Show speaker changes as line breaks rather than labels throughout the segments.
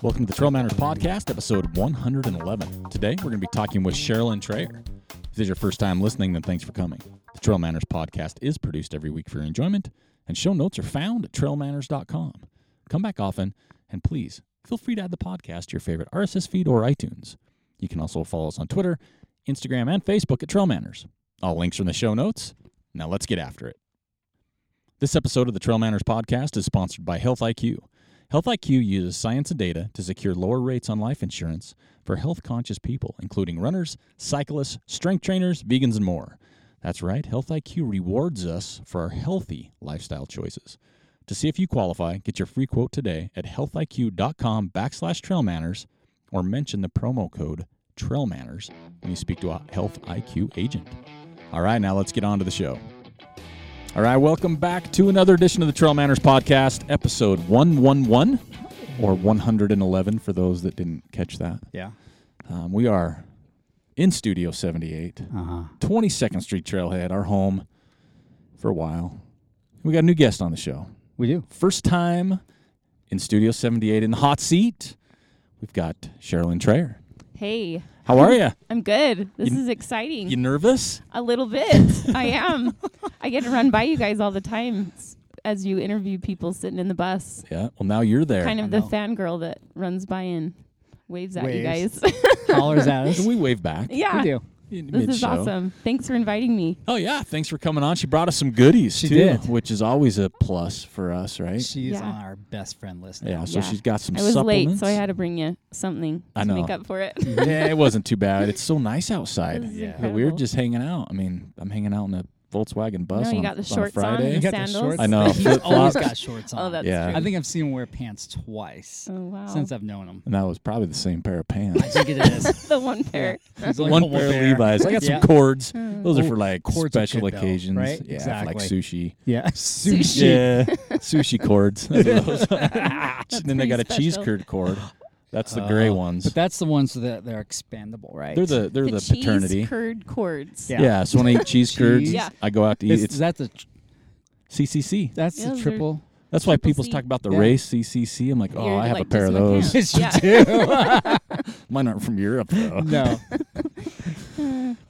Welcome to the Trail Manners Podcast, episode 111. Today, we're going to be talking with Sherilyn Traer. If this is your first time listening, then thanks for coming. The Trail Manners Podcast is produced every week for your enjoyment, and show notes are found at trailmanners.com. Come back often, and please feel free to add the podcast to your favorite RSS feed or iTunes. You can also follow us on Twitter, Instagram, and Facebook at Trail Manners. All links are in the show notes. Now, let's get after it. This episode of the Trail Manners podcast is sponsored by Health IQ. Health IQ uses science and data to secure lower rates on life insurance for health conscious people, including runners, cyclists, strength trainers, vegans, and more. That's right, Health IQ rewards us for our healthy lifestyle choices. To see if you qualify, get your free quote today at healthiq.com backslash trailmanners or mention the promo code trailmanners when you speak to a Health IQ agent. All right, now let's get on to the show. All right, welcome back to another edition of the Trail Manners Podcast, episode 111 or 111 for those that didn't catch that.
Yeah.
Um, we are in Studio 78,
Uh-huh.
22nd Street Trailhead, our home for a while. We got a new guest on the show.
We do.
First time in Studio 78 in the hot seat. We've got Sherilyn Traer.
Hey,
How are you?
I'm good. This
You-
is exciting.
You nervous?
a little bit. I am. I get to run by you guys all the time s- as you interview people sitting in the bus.
Yeah. Well, now you're there.
Kind of
I
the
know.
fangirl that runs by and waves at you
Waves.
guys.
Callers at us.
we wave back.
yeah.
We do.
in
This is
mid-show.
awesome. Thanks for inviting me.
Oh yeah, thanks for coming on. She brought us some goodies
She
too,
did.
which is always a plus for us, right?
She's
Yeah.
on our best friend list.
yeah, so
Yeah.
she's got some
I was
supplements.
late, so I had to bring you something
I
to
know.
make up for it.
yeah, it wasn't too bad. It's so nice outside.
This is
Yeah.
But we were
incredible.
just hanging out. I mean, I'm hanging out in a Volkswagen bus
no,
on,
you
a-
got
on
the
a
shorts on,
Friday.
and
You got
the
the
sandals.
shorts
I know.
He's
flip-flops.
always got shorts on.
Oh, that's
Yeah.
true.
I think I've seen him wear pants twice
oh wow.
since I've known him.
and that was probably the same pair of pants.
I think it is.
the one pair.
He's only
One
got
pair of Levi's. I got
Yeah.
some cords.
Hmm.
Those are
Oh,
for like
cords are
special
good though,
occasions.
right?
Yeah, for, like
Exactly.
sushi.
Yeah.
Sushi.
Yeah, sushi cords. That's what those are. and then I
pretty
got a cheese
special.
curd cord. That's the gray
Uh,
ones.
But that's the ones that they're expandable, right?
they're the they're the,
the cheese
paternity.
curd cords.
Yeah.
Yeah. so when I eat cheese curds,
Cheese.
Yeah.
I go out to eat.
It's,
It's,
that's the tr-
CCC.
that's
Those
the
are-
triple.
That's why
Triple
people
C.
talk about the
Yeah.
race CCC. I'm like, oh,
You're
I have
like,
a pair of
just my
those.
pants.
Yes, you
Yeah.
Mine aren't from Europe though.
no.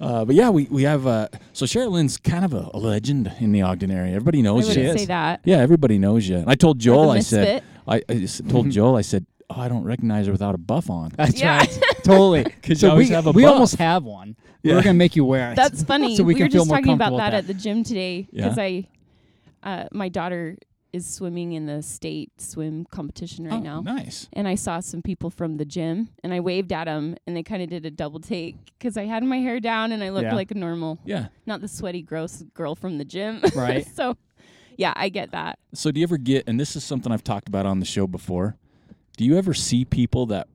Uh, but yeah, we we have. Uh, so Sherilyn's kind of a, a legend in the Ogden area. Everybody
I
knows
wouldn't
you.
say that.
Yeah, everybody knows you. And I told Joel. I said.
misfit.
I, I s-
Mm-hmm.
told Joel. I said, oh, I don't recognize her without a buff on.
That's
Yeah.
right. Totally.
'Cause you
So we,
always have a
we
buff.
almost have one.
Yeah.
We're going to make you wear it.
That's funny.
So we
we,
can
were
feel
just
more
talking about
comfortable with
that, at the gym today
Yeah.
because I, uh, my daughter is swimming in the state swim competition right
oh,
now.
nice.
And I saw some people from the gym, and I waved at them, and they kind of did a double take because I had my hair down and I looked
Yeah.
like a normal,
Yeah.
not the sweaty, gross girl from the gym.
Right.
so, yeah, I get that.
So do you ever get? And this is something I've talked about on the show before. Do you ever see people that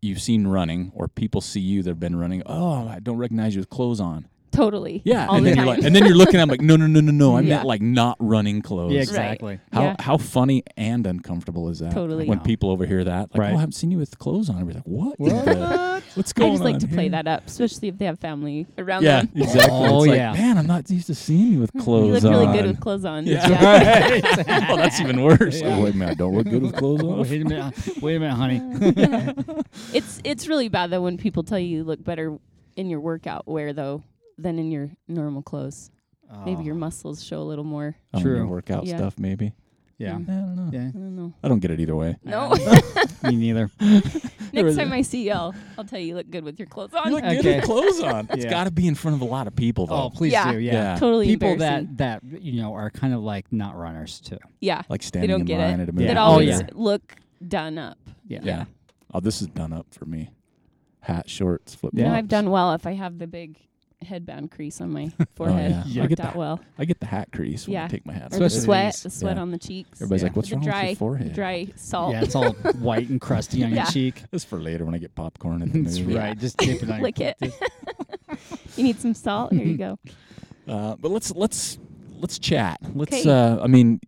you've seen running, or people see you that've been running? Oh, I don't recognize you with clothes on.
Totally.
Yeah,
All
and
the
then
time.
you're like, and then you're looking. I'm like, no, no, no, no, no. I
Yeah.
meant like not running clothes.
Yeah, exactly.
How
Yeah.
how funny and uncomfortable is that?
Totally.
When
Wow.
people overhear that, like,
Right.
oh, I haven't seen you with clothes on. We're like, what? in the- What's
I
going on?
just like to play
here?
that up, especially if they have family around
Yeah,
them.
exactly.
Oh,
It's like,
yeah.
man, I'm not used to seeing you with
You
clothes
look really
on.
good with clothes on.
Yeah.
Yeah.
oh, that's even worse.
Yeah.
Oh, wait a minute, I don't look good with clothes on.
Wait a minute, wait a minute, honey.
It's it's really bad though when people tell you you look better in your workout wear though than in your normal clothes. Maybe
Ah.
your muscles show a little more.
Oh,
True. Mm.
your workout
Yeah.
stuff, maybe.
Yeah.
I don't know.
Yeah.
I don't know.
I don't get it either way.
No,
Me neither.
no, Next
was-
time I see you, I'll, I'll tell you you look good with your clothes on.
You look good
Okay.
with clothes on. It's
Yeah.
got to be in front of a lot of people, though.
Oh, please
Yeah.
do. Yeah.
Yeah.
Totally
People
embarrassing.
that that you know are kind of like not runners too.
yeah,
Like
they
standing
don't
in
get
line at
it.
a
That
movie
Yeah. Oh,
always
theater.
look done up.
Yeah.
Yeah. Oh, this is done up for me. Hat, shorts, flip
You
flops.
know, I've done well if I have the big headband crease on
Oh,
my
yeah.
forehead.
Yeah. I
Worked
get
out
that.
well.
I get the hat crease when I
Yeah.
take my hat
Or
off.
the
Especially
sweat,
these.
the sweat
Yeah.
on the cheeks.
Everybody's like, "What's
the
wrong
dry,
with your forehead?"
Dry salt.
Yeah, it's all white and crusty on
Yeah.
your cheek.
That's for later when I get popcorn in the
That's
movie.
right. Just dip it on your
Lick it. you need some salt? Here you go.
Uh, but let's let's let's chat. Let's.
'Kay.
Uh, I mean,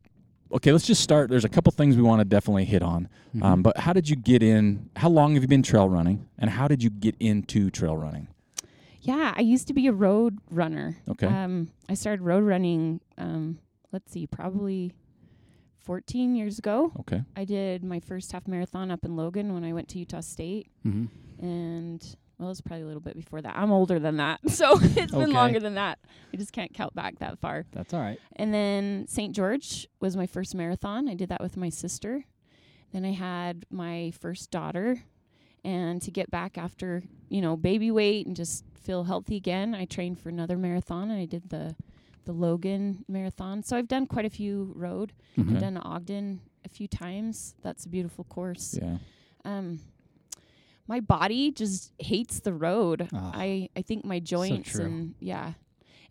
okay. Let's just start. There's a couple things we want to definitely hit on. Um, but how did you get in? How long have you been trail running? And how did you get into trail running?
Yeah, I used to be a road runner.
Okay.
Um, I started road running, um, let's see, probably 14 years ago.
Okay.
I did my first half marathon up in Logan when I went to Utah State.
hmm
And, well, it was probably a little bit before that. I'm older than that. So it's
Okay.
been longer than that. I just can't count back that far.
That's all right.
And then St. George was my first marathon. I did that with my sister. Then I had my first daughter. And to get back after, you know, baby weight and just feel healthy again, I trained for another marathon and I did the the Logan marathon. So I've done quite a few road.
Okay.
I've done Ogden a few times. That's a beautiful course.
Yeah.
Um my body just hates the road.
Ah,
I I think my joints
true.
and yeah.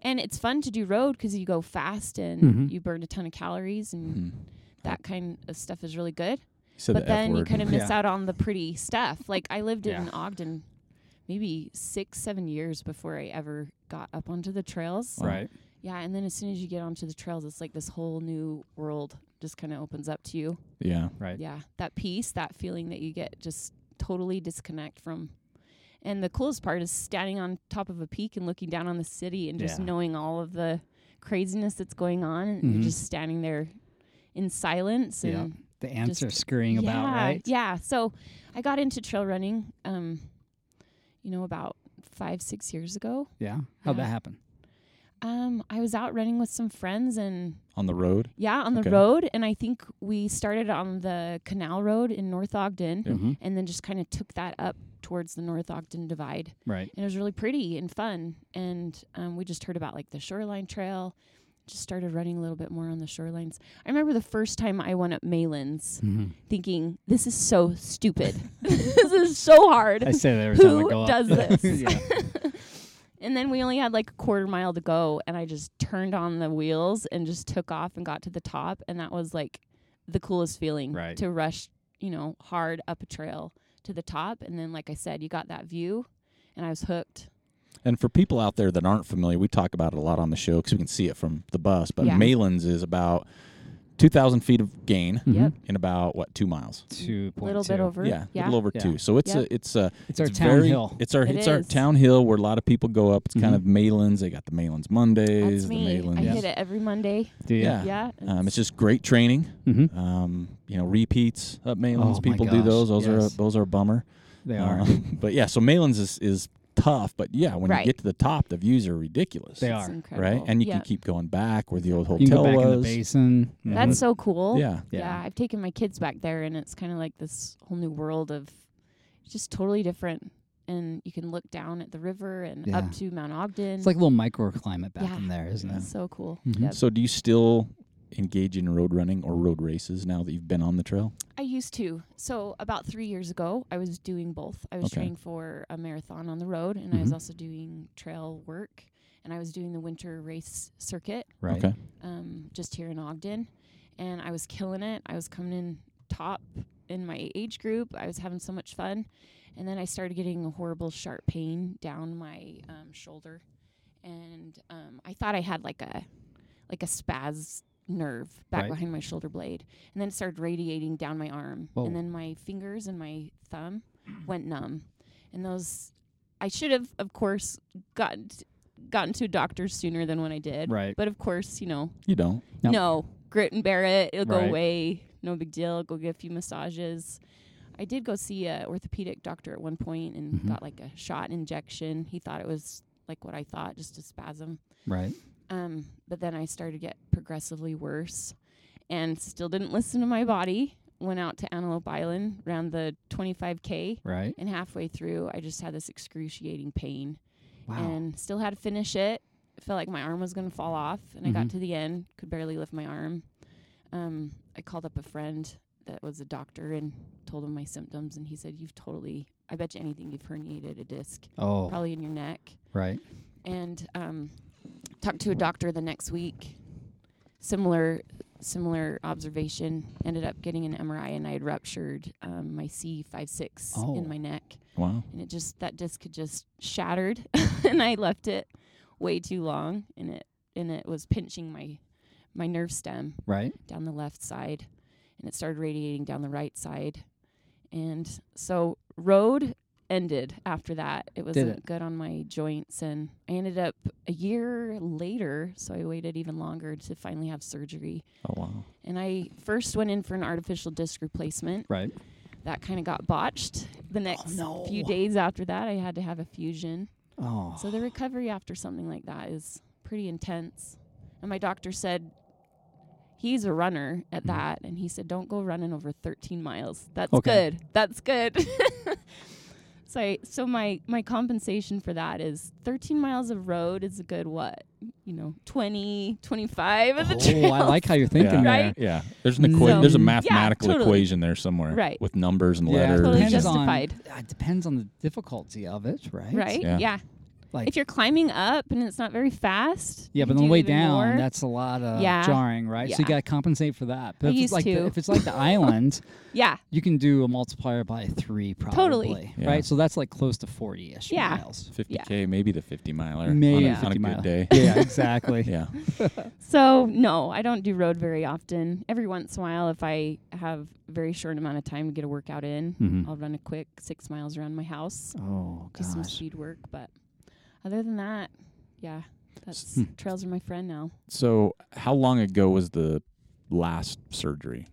And it's fun to do road because you go fast and
Mhm.
you burn a ton of calories and
Hmm.
that kind of stuff is really good.
So
Mm. but
the F
then you
word.
kind of miss
Yeah.
out on the pretty stuff. Like I lived
Yeah.
in Ogden maybe six, seven years before I ever got up onto the trails.
Right.
Yeah, and then as soon as you get onto the trails, it's like this whole new world just kind of opens up to you.
Yeah.
Right.
Yeah, that peace, that feeling that you get just totally disconnect from. And the coolest part is standing on top of a peak and looking down on the city and just
Yeah.
knowing all of the craziness that's going on. And
Mhm.
you're just standing there in silence.
Yeah.
And
The ants
Just-
are scurrying about,
yeah,
right?
Yeah. So I got into trail running, um, you know, about five, six years ago.
Yeah. How'd
Yeah.
that happen?
Um, I was out running with some friends and
On the road.
yeah, on the
Okay.
road. And I think we started on the canal road in North Ogden
Yeah.
Mhm.
and then just kind of took that up towards the North Ogden Divide.
Right.
And it was really pretty and fun. And um, we just heard about like the shoreline trail. Just started running a little bit more on the shorelines. I remember the first time I went up Malins
Mm-hmm.
thinking, this is so stupid. this is so hard.
I say that every time I
Who
go up.
does this?
yeah.
And then we only had like a quarter mile to go, and I just turned on the wheels and just took off and got to the top, and that was like the coolest feeling
Right.
to rush, you know, hard up a trail to the top, and then like I said, you got that view, and I was hooked.
And for people out there that aren't familiar, we talk about it a lot on the show because we can see it from the bus. But
Yeah.
Malin's is about two thousand feet of gain
Yep,
in about what two miles.
Two
a
point
little bit
two.
over.
Yeah, a little over
Yeah.
two. So it's
Yep.
a it's a
It's our town
very-
hill. Mm-hmm.
It's our
It
it's our
is.
town hill where a lot of people go up. It's kind of Malins. They got the Malins Mondays.
That's
the
me.
Malins.
I hit it every Monday.
Do you?
Yeah.
Yeah,
Um, it's just great training.
Mm-hmm.
Um, you know, repeats up Malins.
Oh, my
people do
gosh,
those. Those are a,
yes.
those are a bummer.
They are.
Uh, but yeah, so Malins is is tough. But yeah, when you
Right.
get to the top, the views are ridiculous.
They
it's
are.
incredible.
right? And you
yeah.
can keep going back where the old
You can
hotel
go back in the
was.
basin. Mm-hmm.
That's so cool.
Mhm. yeah,
yeah.
Yeah.
I've taken my kids back there, and it's kind of like this whole new world of it's just totally different. And you can look down at the river and
Yeah.
up to Mount Ogden.
It's like a little microclimate back
Yeah.
in there, isn't it?
so cool.
Mhm.
Yep.
So do you still engage in road running or road races now that you've been on the trail?
I used to. So about three years ago, I was doing both. I was
Okay.
training for a marathon on the road, and I was also doing trail work, and I was doing the winter race circuit
Right.
Okay.
um, just here in Ogden, and I was killing it. I was coming in top in my age group. I was having so much fun, and then I started getting a horrible sharp pain down my um, shoulder, and um, I thought I had like a like a spaz nerve back
Right.
behind my shoulder blade, and then it started radiating down my arm,
Whoa.
and then my fingers and my thumb went numb, and those. I should have, of course, gotten gotten to a doctor sooner than when I did.
Right.
But of course, you know,
You don't.
Nope.
no, grit and bear it. It'll
Right.
go away. No big deal. Go get a few massages. I did go see a orthopedic doctor at one point and
Mhm.
got like a shot and injection. He thought it was like what I thought, just a spasm.
Right.
Um, but then I started to get progressively worse and still didn't listen to my body. went out to Antelope Island around the 25K.
Right.
And halfway through, I just had this excruciating pain
Wow.
and still had to finish it. Felt like my arm was going to fall off. And I got
Mhm.
to the end, could barely lift my arm. Um, I called up a friend that was a doctor and told him my symptoms. And he said, You've totally, I bet you anything, you've herniated a disc,
oh,
probably in your neck.
right.
And um, talked to a doctor the next week. Similar, similar observation. Ended up getting an MRI, and I had ruptured um, my C56
Oh.
in my neck
Wow.
and it just that disc had just shattered and I left it way too long and it and it was pinching my my nerve stem
Right.
down the left side and it started radiating down the right side and so road ended after that it wasn't
it?
good on my joints and i ended up a year later so i waited even longer to finally have surgery
Oh wow.
and i first went in for an artificial disc replacement
Right.
that kind of got botched. The next
Oh, no.
few days after that, I had to have a fusion.
Oh.
So the recovery after something like that is pretty intense. And my doctor said, he's a runner
Mm-hmm.
at that. And he said, don't go running over 13 miles. That's
Okay.
good. That's good. so I, so my, my compensation for that is 13 miles of road is a good what? You know, 20, 25 of the
oh, I
trails.
like how you're thinking
yeah.
there.
Right?
Yeah. There's an equa-
So-
there's a
Yeah,
mathematical
totally.
equation there somewhere.
Right.
With numbers and
Yeah,
letters.
Totally
and-
depends on,
justified.
uh, it depends on the difficulty of it, right?
Right?
Yeah.
yeah.
Like,
if you're climbing up and it's not very fast.
yeah,
you
but on the
do
way
even
down,
more.
that's a lot of
Yeah.
jarring, right? So you
Yeah.
got to compensate for that. But
I
if it's
used
like The,
to.
if it's like the island,
yeah,
you can do a multiplier by three, probably.
Totally.
Yeah.
Right. So that's like close to forty-ish
Yeah.
miles.
50k, maybe the 50 miler.
Maybe
on a, on a
50
good
mile.
day.
Yeah, exactly.
Yeah.
So no, I don't do road very often. Every once in a while, if I have a very short amount of time to get a workout in,
Mhm.
I'll run a quick six miles around my house,
Oh
do some
gosh.
speed work. But other than that, yeah, that's
Hmm.
trails are my friend now.
So, how long ago was the last surgery?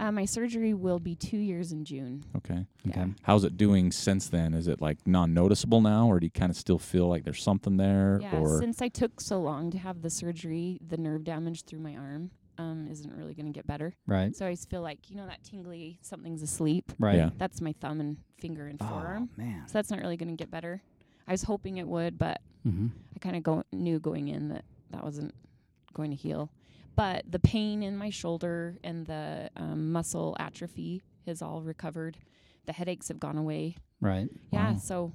Uh, my surgery will be two years in June.
Okay.
Okay.
How's it doing since then? Is it like non-noticeable now, or do you kind of still feel like there's something there?
Yeah,
or
since I took so long to have the surgery, the nerve damage through my arm um, isn't really going to get better.
Right.
So I always feel like you know that tingly something's asleep.
Right.
Yeah.
That's my thumb and finger and forearm.
Oh man.
So that's not really going to get better. I was hoping it would, but
Mm-hmm.
I kind of go- knew going in that that wasn't going to heal. But the pain in my shoulder and the um, muscle atrophy has all recovered. The headaches have gone away.
Right.
Yeah,
Wow.
so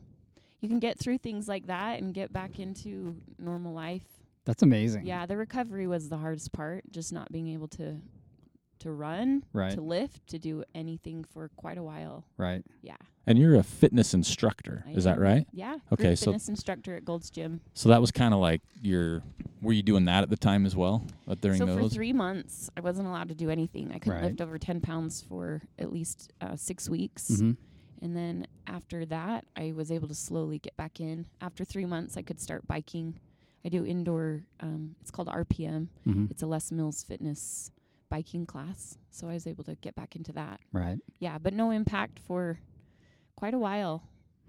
you can get through things like that and get back into normal life.
That's amazing.
Yeah, the recovery was the hardest part, just not being able to to run,
Right.
to lift, to do anything for quite a while.
Right.
Yeah.
and you're a fitness instructor,
I
is that
am.
right?
Yeah.
Okay,
Group
so-
fitness instructor at Gold's Gym.
So that was kind of like your. Were you doing that at the time as well? But during
so
those,
for three months, I wasn't allowed to do anything. I couldn't
Right.
lift over ten pounds for at least uh, six weeks,
Mm-hmm.
and then after that, I was able to slowly get back in. After three months, I could start biking. I do indoor. Um, it's called RPM.
Mm-hmm.
It's a Les Mills Fitness biking class, so I was able to get back into that.
Right.
Yeah, but no impact for quite a while.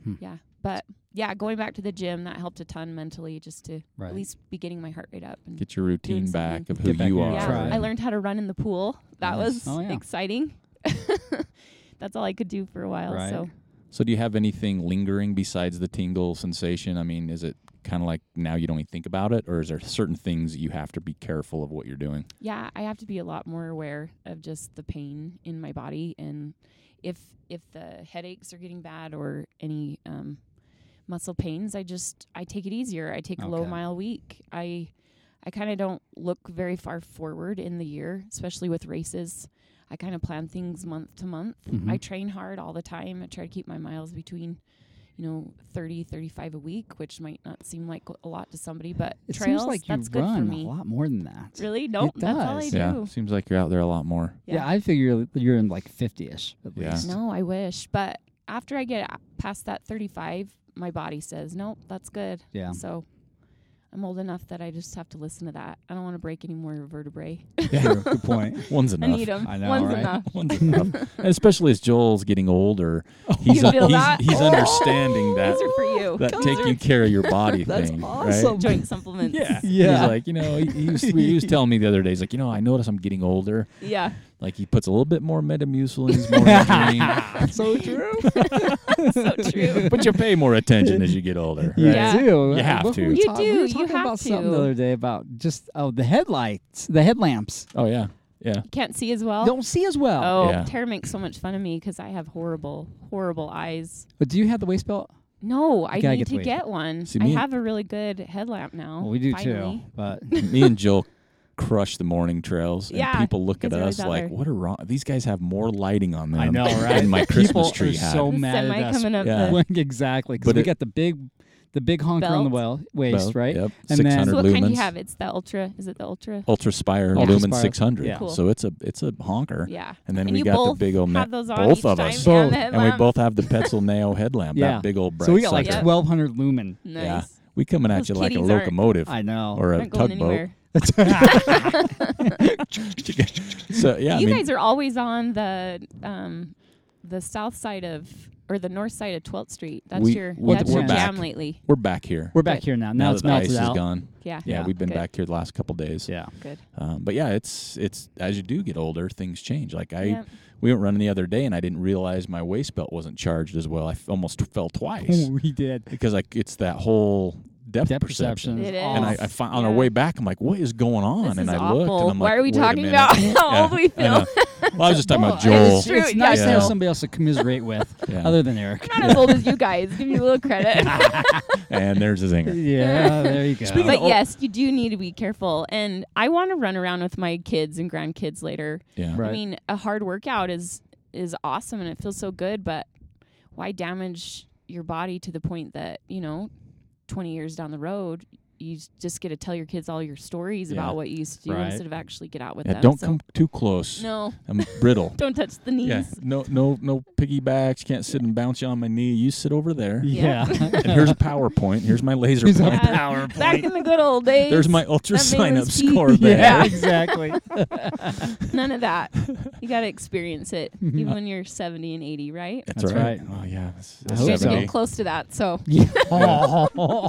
Hmm.
Yeah, but yeah, going back to the gym that helped a ton mentally, just to
Right.
at least be getting my heart rate up and
get your routine
doing
back of
something.
who
Get back
you
in
are.
your
yeah,
Try.
I learned how to run in the pool. That
Nice.
was
Oh, yeah.
exciting. That's all I could do for a while.
Right.
So
So do you have anything lingering besides the tingle sensation? I mean, is it kind of like now you don't even think about it, or is there certain things that you have to be careful of what you're doing?
yeah, I have to be a lot more aware of just the pain in my body and if if the headaches are getting bad or any um, muscle pains, I just I take it easier. I take a low
Okay.
mile week. I I kind of don't look very far forward in the year, especially with races. I kind of plan things month to month.
Mhm.
I train hard all the time. I try to keep my miles between, you know, 30, 35 a week, which might not seem like a lot to somebody, but
It
trails,
seems like you
that's good for
run
me.
a lot more than that.
Really? Nope. That's all I
does.
do.
Yeah, seems like you're out there a lot more.
Yeah. I figure that you're in like fifty-ish at
Yeah.
least.
No, I wish. But after I get a- past that 35, my body says, nope, that's good.
Yeah.
So I'm old enough that I just have to listen to that. I don't want to break any more vertebrae.
True. Good point.
One's
I
enough.
need 'em.
I know,
One's
right?
enough.
One's enough. And especially as Joel's getting older, he's
Oh,
uh,
You feel
he's,
that? Oh,
he's understanding that
These are for you.
that
Those
taking
are
care of your body
That's
thing.
awesome.
Right?
joint supplements.
Yeah.
Yeah.
He's like, you know, he, he, was, he was telling me the other day, he's like, you know, I notice I'm getting older.
Yeah.
Like he puts a little bit more Metamucil in his morning dream,
so true.
so true.
but you pay more attention as you get older.
You
right?
Yeah.
do.
You have
What
to.
were we
You
talking- We
do,
were
you
talking
have
about something
to.
the other day about just oh the headlights, the headlamps.
Oh yeah, yeah.
Can't see as well.
Don't see as well.
Oh,
Yeah.
Tara makes so much fun of me because I have horrible, horrible eyes.
But do you have the waist belt?
No, I
gotta
need
get
to
the weight.
get one.
See,
I
me-
have a really good headlamp now.
Well, we do
Oh, finally.
too. But
Me and Jill crush the morning trails, and
Yeah,
people look at
'cause they're always
us
out
like,
there.
"What are wrong? These guys have more lighting on them
I know, right?
than my
People
Christmas
are
tree had."
so
The
mad
semi
at us.
coming up
Yeah.
the.
exactly, because
But
we
it-
got the big, the big honker on the well, waist,
Well,
right?
Yep,
And
six
then-
So
hundred
what
lumens.
kind do you have? It's the ultra. Is it the ultra?
Ultra Spire
Ultra
Lumen
Spire.
six hundred.
Yeah.
Cool.
So it's a it's a honker.
Yeah.
And then
And
we
you
got the
both
big old
have those on
both
each
of
time
us,
and the
and we
headlamp.
both have the Petzl Neo headlamp.
Yeah.
That big old bright.
So we got like
sucker.
Yep.
1,200 lumen.
Nice.
Yeah. We coming at
Those
you like a
kitties aren't-
locomotive
I know.
or a
Not going
tugboat.
anywhere.
So yeah,
you
I mean,
guys are always on the um, the south side of or the north side of 12th Street. That's
We-
your
we're-
that's
we're
your
back.
jam lately.
we're back here.
We're back
Good.
here now. Now,
now
it's
that the ice
melted
is
out.
gone.
Yeah.
Yeah,
Yeah.
we've been
Good.
back here the last couple days.
Yeah.
Good.
Um, but yeah, it's it's as you do get older, things change. Like I,
Yep.
we went running the other day, and I didn't realize my waist belt wasn't charged as well. I f- almost fell twice
we did.
because like it's that whole depth,
Depth
perception.
perception.
It is.
And I, I find on our
Yeah.
way back, I'm like, what is going on?
This
and
is
I looked,
awful.
and I'm
Why
like,
are we
"Wait a
talking
minute."
about how
Yeah,
old we
I know. Well, I was just talking about Joel.
It's true,
It's nice
yeah.
to have
Yeah.
somebody else that commiserates with,
Yeah.
other than Eric.
Not as old as you guys. Give you a little credit.
and there's a zinger.
yeah, there you go.
Speaking
but
Oh.
yes, you do need to be careful. And I want to run around with my kids and grandkids later.
Yeah.
Right.
I mean, a hard workout is is awesome and it feels so good, but why damage your body to the point that, you know, 20 years down the road, you s- just get to tell your kids all your stories
Yeah.
about what you used to do
Right.
instead of actually get out with
Yeah,
them.
don't
So-
come too close.
No,
I'm brittle.
don't touch the knees.
yeah. No, no, no piggybacks. Can't sit and bounce you on my knee. You sit over there.
yeah.
and here's a PowerPoint. Here's my laser
Here's a
pointer.
Back in the good old days.
There's my ultra
Nothing
sign up
was cheap.
score there.
yeah, exactly.
None of that. You got to experience it
Mm-hmm.
even when you're 70 and 80, right?
That's,
That's
right.
right.
Oh yeah, that's,
I
that's
hope
You're
so.
getting
70.
close to that, so
Yeah,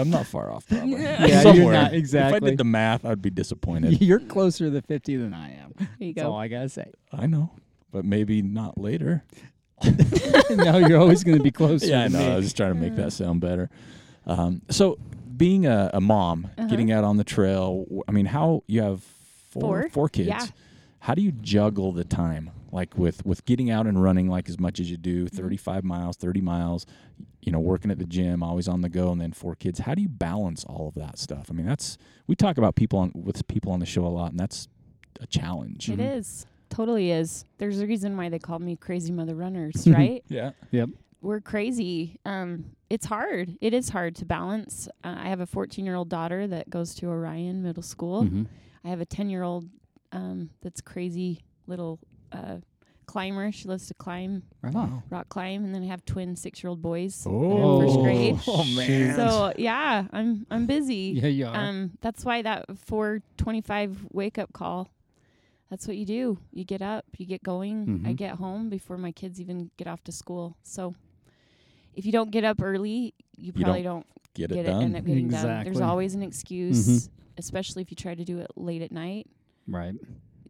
I'm not far off. Probably.
Yeah.
Yeah,
Somewhere.
you're not
If I
exactly.
did the math, I'd be disappointed.
You're closer to 50 than I am.
there you
That's all
go.
I gotta say.
I know, but maybe not later.
no, you're always gonna be closer.
yeah, I
to
know. I was
Me.
just trying to make that sound better. Um, so, being a, a mom,
Uh-huh.
getting out on the trail. w- I mean, how you have four
Four.
four kids.
Yeah.
How do you juggle the time, like with with getting out and running, like as much as you do,
Mm-hmm.
thirty five miles, thirty miles, you know, working at the gym, always on the go, and then four kids. How do you balance all of that stuff? I mean, that's we talk about people on with people on the show a lot, and that's a challenge.
It is. Totally is. There's a reason why they call me crazy mother runners,
Mm-hmm.
right?
Yeah.
Yep.
we're crazy. Um, it's hard. It is hard to balance. Uh, I have a 14 year old daughter that goes to Orion Middle School.
Mm.
Mhm.
I have a 10 year old um, that's crazy little uh, climber. She loves to climb,
Right on.
rock climb, and then I have twin six year old boys.
Oh.
first grade.
Oh man.
So yeah, I'm I'm busy.
yeah, you are.
Um, that's why that 425 wake up call. That's what you do. You get up, you get going.
Mm-hmm.
I
Mhm.
get home before my kids even get off to school. So if you don't get up early, you
don't
probably don't,
Get it
get it,
done. Mm-hmm.
end up getting done. There's
Exactly.
always an excuse, especially if you try to do it late at night.
right.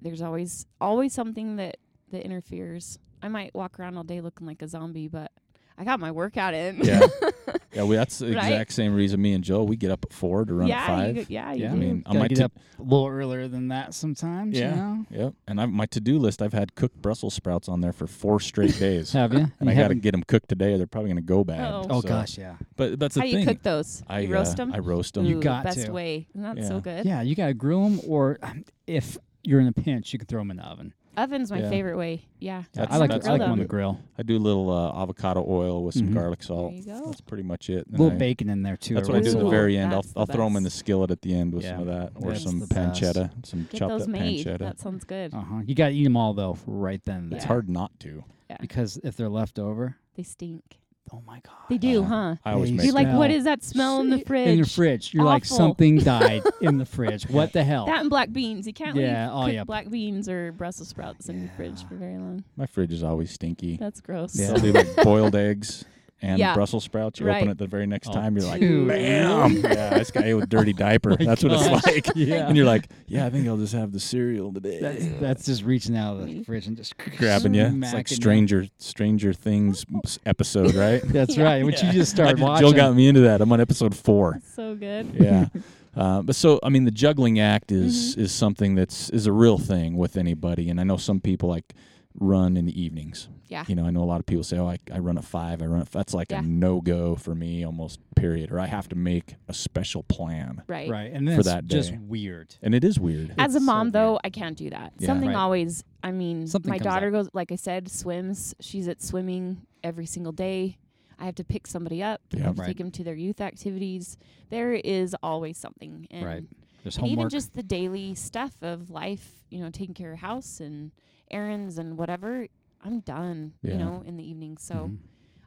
There's always always something that that interferes. I might walk around all day looking like a zombie, but I got my workout in.
Yeah. yeah, well, that's the
Right?
exact same reason me and Joel, we get up at four to run at
yeah, you
five.
go- yeah, you
Yeah.
I
do.
mean, on
Gotta
my
get
to-
up a little earlier than that sometimes.
Yeah.
You know?
Yep. And I've, my to-do list, I've had cooked Brussels sprouts on there for four straight days.
Have you?
and
You
I got to
haven't-
get them cooked today or they're probably going to go bad.
Uh-oh.
Oh
So-
gosh, yeah.
But that's the
How do
thing.
you cook those?
I
you roast
uh,
them?
I roast them.
You
Ooh,
got
best
to.
way. Isn't that
Yeah.
so good?
Yeah, you gotta grill them, or um, if you're in a pinch, you can throw them in the oven.
Oven's my
Yeah.
favorite way. Yeah.
That's-
I like
that's
I like
what
'em on
I
the grill.
I do a little uh, avocado oil with some
Mhm.
garlic salt.
you go.
That's pretty much it.
A
And
little
I-
bacon in there too.
That's what
every
I do at
once in
the
a
Ooh,
while.
very end. I'll,
that's the
I'll throw them in the
best.
skillet at the end with some
Yeah.
of that or
That's
some
the best.
pancetta, some
Get
chopped
those
up
made.
pancetta.
That sounds good.
Uh-huh. You got to eat them all though, right then. and
Yeah.
It's
there.
hard not to.
because if they're left over,
They stink.
oh my god,
They do, huh?
I always
They
make
You're like,
them.
what
smell.
is that smell in the fridge?
In your fridge, you're like
Awful.
something died in the fridge. What the hell?
That and black beans. You can't
Yeah,
leave
oh,
cooked
yeah.
black beans or Brussels sprouts in the fridge for very long.
My fridge is always stinky.
That's gross.
Yeah.
I'll do like boiled eggs and
Yeah.
Brussels sprouts. You open
Right.
it the very next
Oh,
time, you're like,
dude.
bam! yeah, this guy with dirty diaper. That's what it's
Oh gosh.
like.
Yeah.
And you're like, yeah, I think I'll just have the cereal today.
That's, that's just reaching out of the fridge and just
grabbing you. It's
smacking
like Stranger Stranger Things episode, right?
That's
Yeah.
right. Which you just
I
started
just-
watching.
Jill got me into that. I'm on episode four.
So good.
Yeah. Uh, but so I mean, the juggling act is
Mm-hmm.
is something that's is a real thing with anybody, and I know some people like run in the evenings.
Yeah.
You know, I know a lot of people say, "Oh, I, I run at five. I run at f-. that's like
Yeah.
a no go for me, almost period." Or I have to make a special plan,
Right.
right, and then
for
it's
that
just
day.
weird.
and it is weird.
As a
It's so
mom, though,
weird.
I can't do that.
Yeah.
Something
Right.
always. I mean,
Something
my
comes
daughter goes. Like I said, swims. She's at swimming every single day. I have to pick somebody up. I
Yeah.
have to
Right.
Take them to their youth activities. There is always something. And
Right. There's
and
homework.
even just the daily stuff of life, you know, taking care of house and errands and whatever, I'm done,
Yeah.
you know, in the evening. So
Mm-hmm.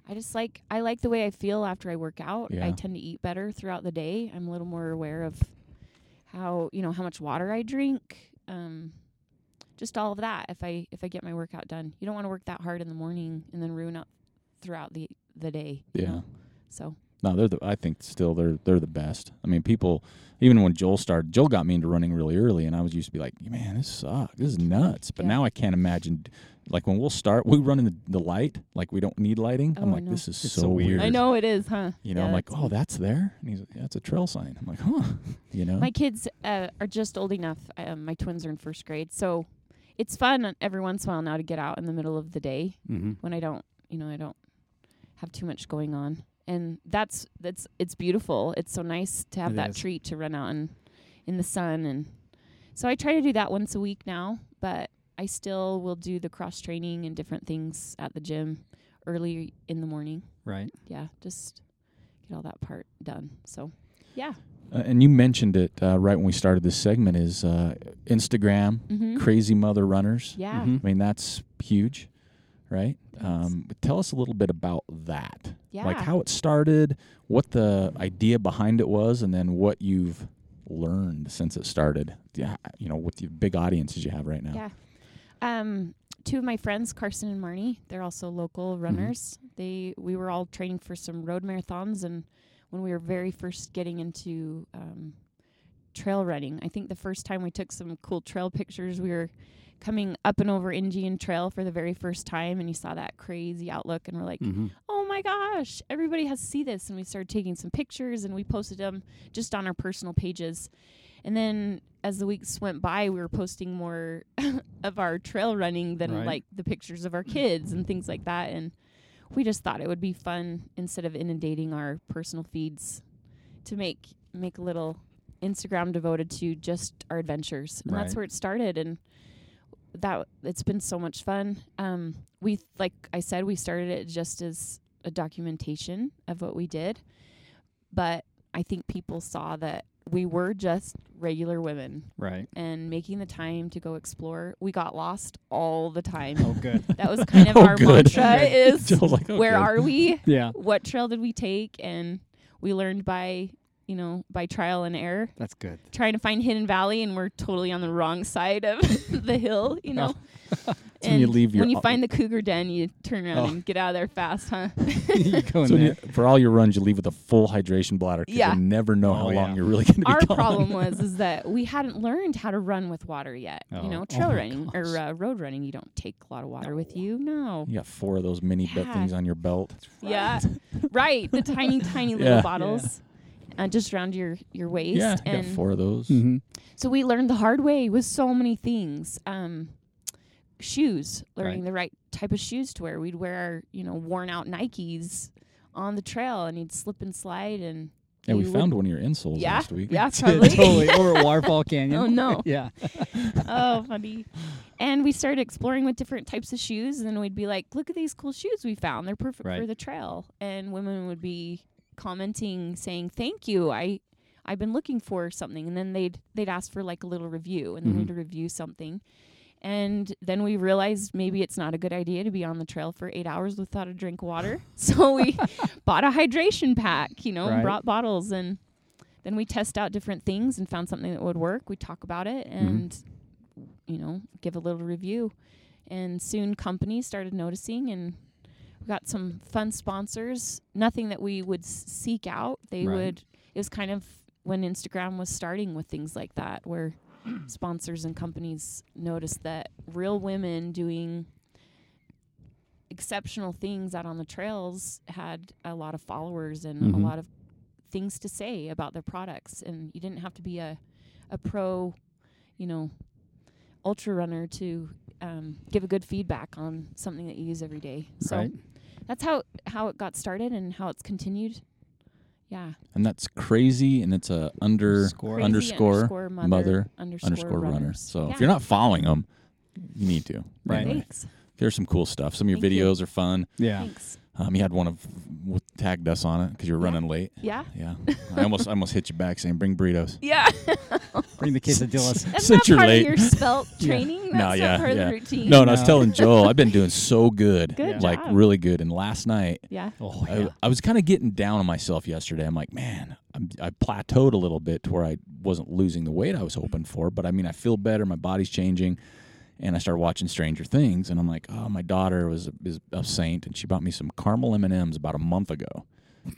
I just like I like the way I feel after I work out.
Yeah.
I tend to eat better throughout the day. I'm a little more aware of how, you know, how much water I drink. Um just all of that if I if I get my workout done. You don't want to work that hard in the morning and then ruin out throughout the the day. you
Yeah.
know? So
No, they're the. I think still they're they're the best. I mean, people. Even when Joel started, Joel got me into running really early, and I was used to be like, "Man, this sucks. This is nuts." But
Yeah.
now I can't imagine. Like when we'll start, we run in the, the light. Like we don't need lighting.
Oh,
I'm
I
like,
know.
"This is
It's
so,
so weird.
weird."
I know it is, huh?
You know,
Yeah,
I'm like,
that's-
"Oh, that's there," and he's like, "That's a trail sign." I'm like, "Huh." You know.
My kids uh, are just old enough. Um, my twins are in first grade, so it's fun on- every once in a while now to get out in the middle of the day
mm-hmm.
when I don't, you know, I don't have too much going on, and that's that's it's beautiful. It's so nice to have
It
that
is.
treat to run out and in the sun, and so I try to do that once a week now. But I still will do the cross training and different things at the gym early in the morning.
Right.
Yeah, just get all that part done. So, yeah,
Uh, and you mentioned it uh, right when we started this segment is uh, Instagram,
Mhm.
crazy mother runners.
yeah.
Mhm.
I mean, that's huge, right? Um, but tell us a little bit about that. Like
Yeah.
how it started, what the idea behind it was, and then what you've learned since it started. Yeah, you know, with the big audiences you have right now.
Yeah. Um, two of my friends, Carson and Marnie, they're also
Mm-hmm.
local runners. They we were all training for some road marathons, and when we were very first getting into um, trail running, I think the first time we took some cool trail pictures, we were coming up and over Indian Trail for the very first time, and you saw that crazy outlook, and we're like,
Mm-hmm.
oh my gosh, everybody has to see this. And we started taking some pictures and we posted them just on our personal pages. And then as the weeks went by, we were posting more of our trail running than
Right.
like the pictures of our kids and things like that. And we just thought it would be fun instead of inundating our personal feeds to make make a little Instagram devoted to just our adventures. And that's
Right.
where it started and that it's been so much fun. Um we like I said we started it just as a documentation of what we did. But I think people saw that we were just regular women
Right.
and making the time to go explore. We got lost all the time.
Oh, good.
That was kind of
Oh,
our
good.
mantra is
Joel's like, "Oh,
where
good."
are we?
yeah.
What trail did we take? And we learned by, you know, by trial and error,
That's good.
trying to find Hidden Valley, and we're totally on the wrong side of the hill, you know.
when you leave your Oh.
when you
au-
find the cougar den, you turn around and get out of there fast, huh?
you go in
So when you-
there.
for all your runs, you leave with a full hydration bladder 'cause
Yeah.
you never know
Oh,
how
yeah.
long you're really going to be
Our
gone.
problem was is that we hadn't learned how to run with water yet.
Oh.
You know,
Oh
trail
my
running or uh, road running, you don't take a lot of water with you. No.
You got four of those mini bit
Yeah.
things on your belt.
Yeah, right. The tiny, tiny little
Yeah.
bottles, uh, just around your your waist.
Yeah, you got
and
four of those.
Mm-hmm.
so we learned the hard way with so many things. Um, shoes, learning
Right.
the right type of shoes to wear. We'd wear our, you know, worn out Nikes on the trail, and he'd slip and slide. And
Yeah, we
you
found one of your insoles
Would, yeah,
last week.
yeah, probably.
totally. Over at Waterfall Canyon.
Oh no.
Yeah.
oh, funny. And we started exploring with different types of shoes, and then we'd be like, "Look at these cool shoes we found. They're perfect
Right.
for the trail." And women would be commenting, saying, "Thank you. I, I've been looking for something." And then they'd they'd ask for like a little review, and then we'd
Mm-hmm.
review something. And then we realized maybe it's not a good idea to be on the trail for eight hours without a drink of water. so we bought a hydration pack, you know, and
Right.
brought bottles and then we test out different things and found something that would work. We talk about it
Mm-hmm.
and you know, give a little review. And soon companies started noticing and We got some fun sponsors. Nothing that we would s- seek out. They
Right.
would. It was kind of when Instagram was starting with things like that, where sponsors and companies noticed that real women doing exceptional things out on the trails had a lot of followers and
Mhm.
a lot of things to say about their products and you didn't have to be a a pro you know ultra runner to um, give a good feedback on something that you use every day so
right?
that's how how it got started and how it's continued yeah
And that's crazy, and it's a under
Crazy
underscore,
mother,
mother
underscore,
underscore runner.
runners.
So
Yeah.
if you're not following them, you need to.
Right.
Anyway,
thanks
there's some cool stuff. Some of your
Thank you.
videos are fun.
Yeah.
thanks
Um, you had one of w- tagged us on it because you were
Yeah.
running late.
yeah
Yeah, I almost I almost hit you back saying bring burritos.
yeah
Bring the quesadillas.
that's
Since
not
you're
part
late.
of your spelt
Yeah.
training that's
no,
not
yeah,
part
yeah.
of the routine
No, and I was
No.
telling Joel I've been doing so good,
Good
like
job.
really good. And last night
yeah
oh
I, I was kind of getting down on myself yesterday. I'm like, man, I'm, I plateaued a little bit to where I wasn't losing the weight I was hoping for, but I mean, I feel better. My body's changing. And I started watching Stranger Things, and I'm like, oh, my daughter was a, is a saint, and she bought me some caramel M and M's about a month ago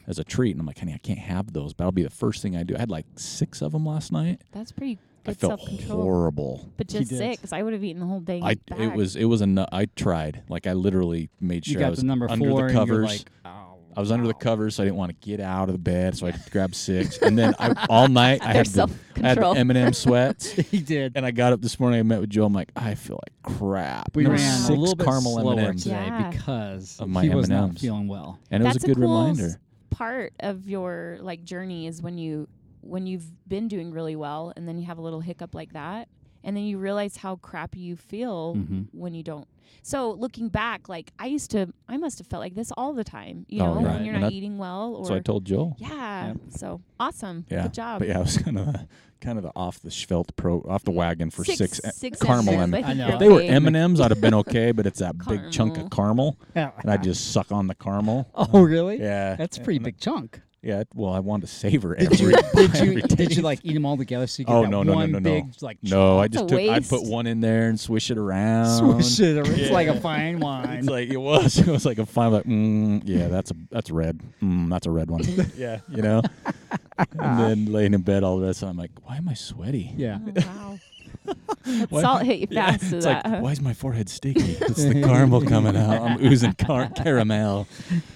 as a treat. And I'm like, honey, I can't have those, but I'll be the first thing I do. I had like six of them last night.
that's pretty
I
good
felt
self-control
horrible.
but just
did.
six i would have eaten the whole thing
I
back.
it was it was a nu- I tried like I literally made
You
sure I
got
was
the number
under
four,
the
and
covers.
you're like, oh,
I was under the covers, so I didn't want to get out of the bed, so I grabbed six, and then I, all night I
Their
had the, I had the
self-control.
M&M sweats,
he did.
and I got up this morning. I met with Joe. I'm like, I feel like crap.
We
And there was
ran
six
a little bit
caramel
slower
M&Ms,
today
Yeah.
because
Of my
he was not
M&Ms.
feeling well.
and it was
That's
a good
cool s-
reminder.
part of your like journey is when you when you've been doing really well and then you have a little hiccup like that and then you realize how crappy you feel
Mm-hmm.
Mhm.
when you don't so looking back like i used to i must have felt like this all the time you
Oh,
know
yeah.
when you're
And
not
that-
eating well or
So I told Joel.
yeah
Yep.
so awesome
Yeah,
good job
But yeah, I was kind of kind of the off the schvelt pro off the wagon for six,
six,
eh,
six
caramel
M&Ms,
M&Ms.
I think
I know.
you're
If they were
okay.
M and M's, I'd have been okay, but it's that big chunk of
Caramel.
caramel, and I just suck on the caramel.
oh, really?
Yeah,
That's a pretty big chunk.
Yeah, well, I wanted to savor every.
Did you did you
every
did you
taste.
like eat them all together so you get
Oh,
that
no, no, no,
one
no, no.
big like
No, I
That's
just
a
took. I put
waste.
one in there and swish it around.
swish it? around. It's like a fine wine.
It's like it was. It was like a fine. Like, mm, yeah, that's a that's red. Mm, that's a red one. yeah, you know. and then laying in bed all the rest. I'm like, why am I sweaty?
yeah.
Oh, wow That
Why-
salt hit you
Yeah,
fast to
it's
that
like,
huh?
why is my forehead sticky? It's the caramel coming out. I'm oozing car- caramel.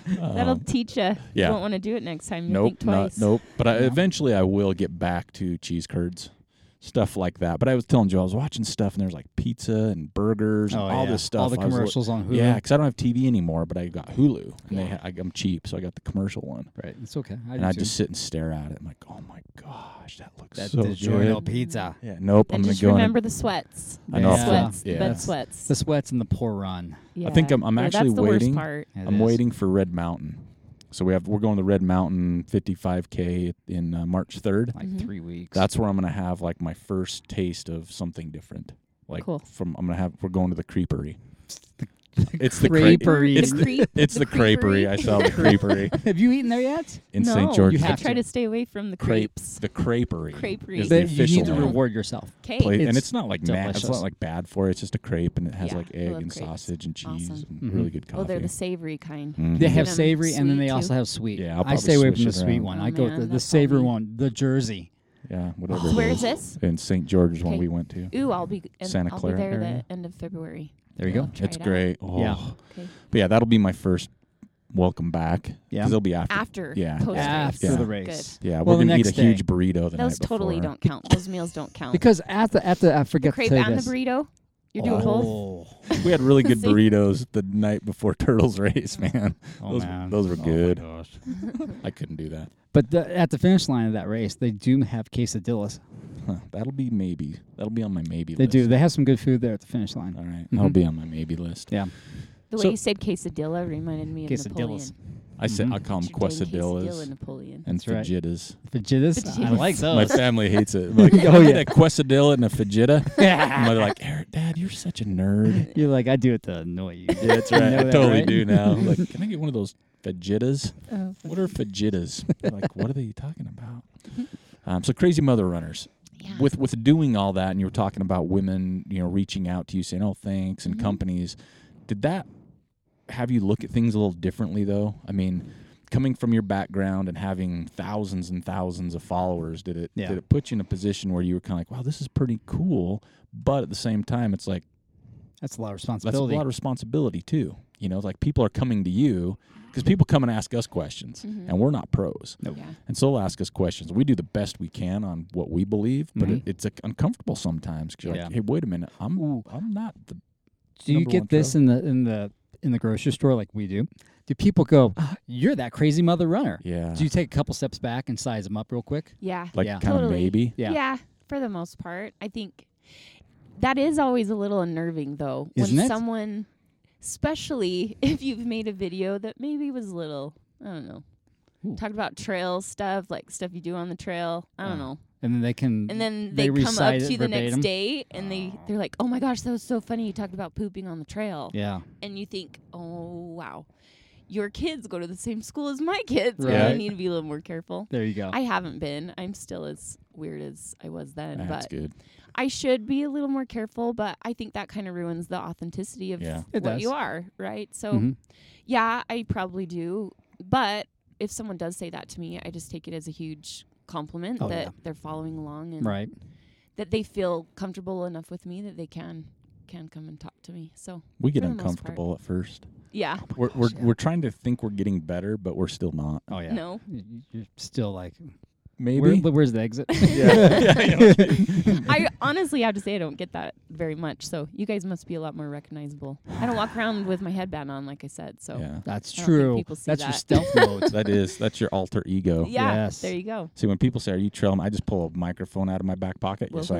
that'll teach you
Uh-huh. yeah.
you won't want to do it next time you
Nope,
think twice
not nope. But I, eventually, I will get back to cheese curds, stuff like that. But I was telling Joe, I was watching stuff, and there's like pizza and burgers and
Oh,
all
yeah.
this stuff.
All the
I was lo-
commercials on Hulu.
Yeah, because I don't have TV anymore, but I got Hulu, and they
Yeah.
ha- I, I'm cheap, so I got the commercial one,
Right. It's okay. I
and
do
I
too.
just sit and stare at it. I'm like, oh my gosh, that looks
That
so
DiGiorno
good.
pizza.
Yeah, nope. I'm
and
gonna
just
go in
remember the sweats
and, I know.
The
Yeah.
I'm feeling-
sweats, the bed sweats.
The sweats and the poor run.
Yeah.
think I'm- I'm
Yeah,
actually
that's the
waiting.
Worst part.
It
I'm
is.
waiting for Red Mountain. So we have we're going to Red Mountain 55k in uh, March 3rd.
like
Mhm.
three weeks.
that's where I'm gonna have like my first taste of something different. Like
Cool.
from I'm gonna have we're going to the creepery. It's the cra-
Creperie.
It's
The
the,
creep-
it's the,
the
creperie.
creperie.
I saw the creperie
Have you eaten there yet?
in
no,
St. George.
You
The
have
I try to stay away from the
crepe-
crepes.
The creperie.
Creperie.
Is
But
the
They- you
official Mm-hmm.
need to
name.
reward yourself.
Okay.
Place- and
It's
it's not like mad, it's not
delicious.
like bad for it. It's just a crepe, and it has
Yeah,
like
I
egg
love
and
crepes.
sausage and cheese
Awesome.
and really good coffee.
Oh, they're the savory kind.
Mhm.
Mm-hmm. They have
Cinnamon
savory and then
sweet,
they also
too.
have sweet.
Yeah, I'll
I
probably
stay away from the
switch it
sweet
around.
one.
Oh,
I go with
man,
the, the
that's
savory
probably-
one, the Jersey.
yeah, whatever. it
Where
is.
is this?
In St. George is one
Okay.
we went to.
Ooh, I'll be and
Santa
I'll
Clara
be there
area.
the end of February.
There you
Yeah.
go.
Try
It's
it out.
great.
Yeah.
Oh.
Okay.
But yeah, that'll be my first welcome back. 'cause
Yeah.
it'll be after.
After.
Yeah.
Post
After
Yeah.
the
Good.
race.
Yeah,
Well,
we're
the
gonna eat a
next
huge
day.
burrito the night
Those totally
before.
don't count. Those meals don't count.
Because at the at the I
the
forget
crepe
to tell you
and
this.
the burrito, you're doing both.
oh.
We had really good
See?
burritos the night before Turtles race, man.
Oh,
those,
man.
those were
Oh, my
good.
gosh.
I couldn't do that.
But the, at the finish line of that race, they do have quesadillas.
Huh, that'll be maybe. That'll be on my maybe
They
list.
do. They have some good food there at the finish line.
All right, that'll
Mhm.
be on my maybe list.
Yeah.
The way
So-
you said quesadilla reminded me of Napoleon.
Quesadillas.
I said I call them
You're doing quesadilla
quesadillas
Napoleon.
and
Mm-hmm. That's right.
fajitas.
Fajitas. I like
My
those.
family hates it. Like,
Oh,
"You had
yeah.
a quesadilla and a fajita. and they're like, Eric, Dad, you're such a nerd.
You're like, I do it to annoy you.
Yeah, that's
You
right.
know
I
that,
totally
right?
do now. I'm like, can I get one of those fajitas?
Oh,
What are fajitas? They're like, what are they talking about? Um, so crazy mother runners.
yeah.
With with doing all that, and you were talking about women, you know, reaching out to you saying, "Oh, thanks," and companies. Did that have you look at things a little differently though? I mean, coming from your background and having thousands and thousands of followers, did it
Yeah.
did it put you in a position where you were kind of like, wow, this is pretty cool, but at the same time, it's like
That's a lot of
that's a
responsibility.
lot of responsibility too. You know, like people are coming to you because people come and ask us questions,
Mm-hmm.
and we're not pros.
Nope.
Yeah.
And so they'll ask us questions. We do the best we can on what we believe, but
Right.
it, it's like, uncomfortable sometimes. 'cause you're like,
Yeah.
hey, wait a minute, I'm
Ooh.
I'm not the
do you
number one
get this in the in the in the grocery store like we do? Do people go, "Ah, "You're that crazy mother runner"?
yeah,
Do you take a couple steps back and size them up real quick?
Yeah.
like
Yeah.
kind of
Totally.
maybe.
Yeah.
for the most part. I think that is always a little unnerving though.
Isn't
when
it?
someone especially if you've made a video that maybe was a little I don't know.
Ooh.
Talked about trail stuff, like stuff you do on the trail. I don't know.
And then they can.
And then
they
they, come up
recite it
to you the next
verbatim.
day and they, they're like, Oh my gosh, that was so funny. You talked about pooping on the trail.
Yeah.
And you think, Oh wow. Your kids go to the same school as my kids. Maybe I
Right.
need to be a little more careful.
There you go.
Oh.
I haven't been. I'm still as weird as I was then.
That's
but
good.
I should be a little more careful, but I think that kind of ruins the authenticity of
Yeah. Mm-hmm.
what
It does.
you are, right? So,
Mhm.
yeah, I probably do. But if someone does say that to me, I just take it as a huge compliment
Oh,
that
yeah.
they're following along and
right.
that they feel comfortable enough with me that they can can come and talk to me. So,
We get
for the most part.
uncomfortable at first.
Oh yeah,
We're we're, we're trying to think we're getting better, but we're still not.
Oh yeah.
no,
Y- y- You're still like,
Maybe.
where, where's the exit?
I honestly have to say I don't get that very much. So, you guys must be a lot more recognizable. I don't walk around with my headband on, like I said. So,
yeah.
That's
I don't think
true.
people see
That's your
that.
stealth mode.
That is that's your alter ego.
yeah
Yes.
there you go.
See, when people say, "Are you trailing?" I just pull a microphone out of my back pocket.
Well,
yes, I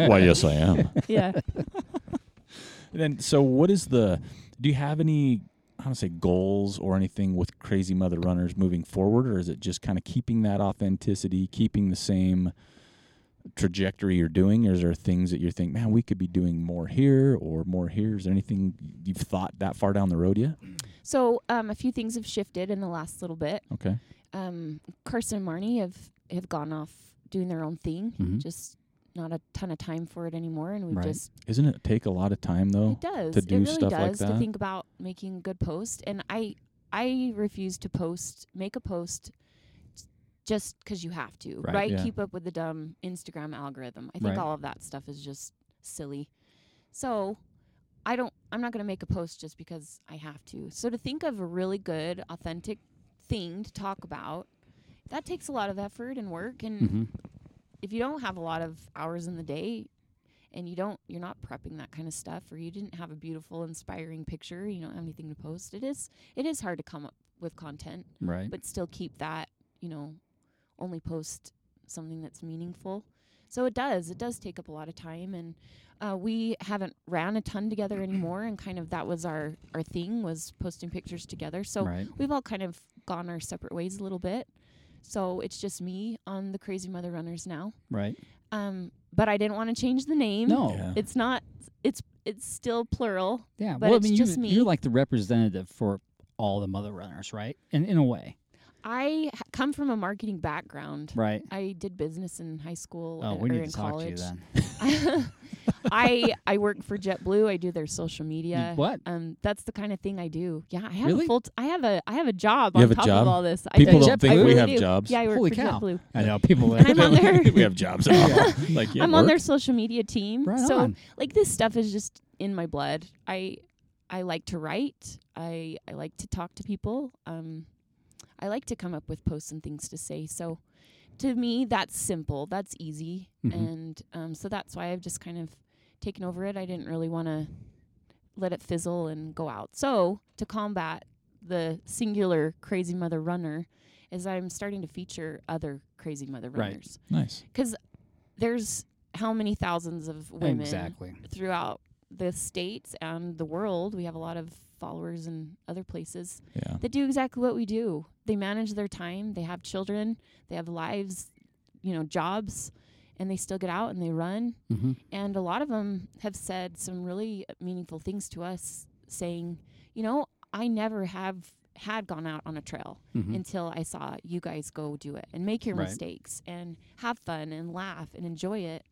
am. Why, yes, I am.
yeah.
And then, so what is the? Do you have any? I don't say goals or anything with Crazy Mother Runners moving forward, or is it just kind of keeping that authenticity, keeping the same trajectory you're doing? Or is there things that you think, man, we could be doing more here or more here? Is there anything you've thought that far down the road yet?
So um, a few things have shifted in the last little bit.
Okay,
Um, Carson and Marnie have have gone off doing their own thing.
Mm-hmm.
Mhm.
Just not a ton of time for it anymore, and we
Right.
just
isn't it take a lot of time though?
it does
to do
it really
stuff
does
like
to
that?
think about making a good post. And I I refuse to post make a post j- just because you have to,
Right,
right?
yeah.
Keep up with the dumb Instagram algorithm. I think
Right.
all of that stuff is just silly. So I don't I'm not going to make a post just because I have to. So to think of a really good authentic thing to talk about, that takes a lot of effort and work and
Mm-hmm.
Mhm.
if you don't have a lot of hours in the day and you don't you're not prepping that kind of stuff or you didn't have a beautiful inspiring picture, you don't have anything to post, it is it is hard to come up with content
Right.
but still keep that, you know, only post something that's meaningful. So it does. It does take up a lot of time, and uh, we haven't ran a ton together anymore. And kind of that was our our thing was posting pictures together. So
Right.
we've all kind of gone our separate ways a little bit. So it's just me on the Crazy Mother Runners now.
Right.
Um, but I didn't want to change the name.
No.
Yeah.
it's not. It's it's still plural.
Yeah,
But
well,
it's
I mean,
just
you,
me.
you're like the representative for all the mother runners, right? In in a way,
I h- come from a marketing background.
right?
I did business in high school
Oh,
and,
we
or
need
in
to talk to you
college.
then.
I I work for JetBlue. I do their social media.
what?
Um, that's the kind of thing I do. Yeah, I have
Really?
a full. T- I have a I have a job
You
on
have a
top
job?
of all this.
People
I do.
don't think
I
we
really
have
do.
jobs.
Yeah, I work
Holy
for
cow.
JetBlue.
I know people.
And I'm on their
we have jobs. at all. like, yeah,
I'm on
work.
their social media team.
Right
so
on.
like this stuff is just in my blood. I I like to write. I I like to talk to people. Um, I like to come up with posts and things to say. So to me, that's simple. That's easy,
Mhm.
and um, so that's why I've just kind of taken over it. I didn't really want to let it fizzle and go out. So to combat the singular crazy mother runner, is I'm starting to feature other crazy mother
Right.
runners
nice.
because there's how many thousands of women
exactly.
throughout the states and the world. We have a lot of followers in other places
Yeah,
that do exactly what we do. They manage their time. They have children. They have lives, you know, jobs, and they still get out and they run.
Mm-hmm.
And a lot of them have said some really meaningful things to us, saying, you know, I never have had gone out on a trail
Mm-hmm.
Mhm.
until I saw you guys go do it and make your
Right.
mistakes and have fun and laugh and enjoy it.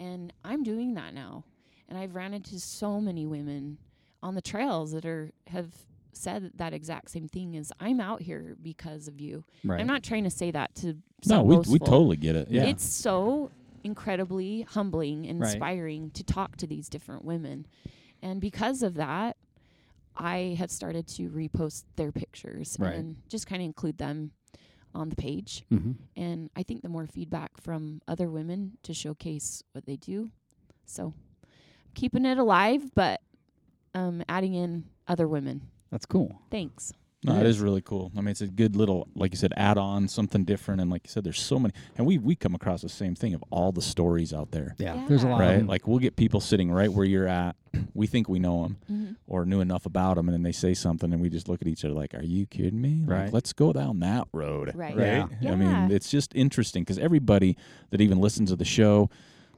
And I'm doing that now. And I've ran into so many women on the trails that are have said that exact same thing is I'm out here because of you.
Right.
I'm not trying to say that to
No,
sound
we, we
boastful.
totally get it. Yeah.
It's so incredibly humbling and
Right.
inspiring to talk to these different women. And because of that, I have started to repost their pictures
Right.
and just kind of include them on the page.
Mm-hmm.
And I think the more feedback from other women to showcase what they do. So keeping it alive, but um, adding in other women.
That's cool.
Thanks.
No, it
Yeah.
is really cool. I mean, it's a good little, like you said, add on something different. And like you said, there's so many, and we we come across the same thing of all the stories out there,
Yeah. There's a
Yeah.
lot.
right?
Of them.
Like we'll get people sitting right where you're at. We think we know them or knew enough about them, and then they say something, and we just look at each other like, "Are you kidding me? Like,
Right.
let's go down that road."
Right.
Yeah.
Yeah.
I mean, it's just interesting because everybody that even listens to the show,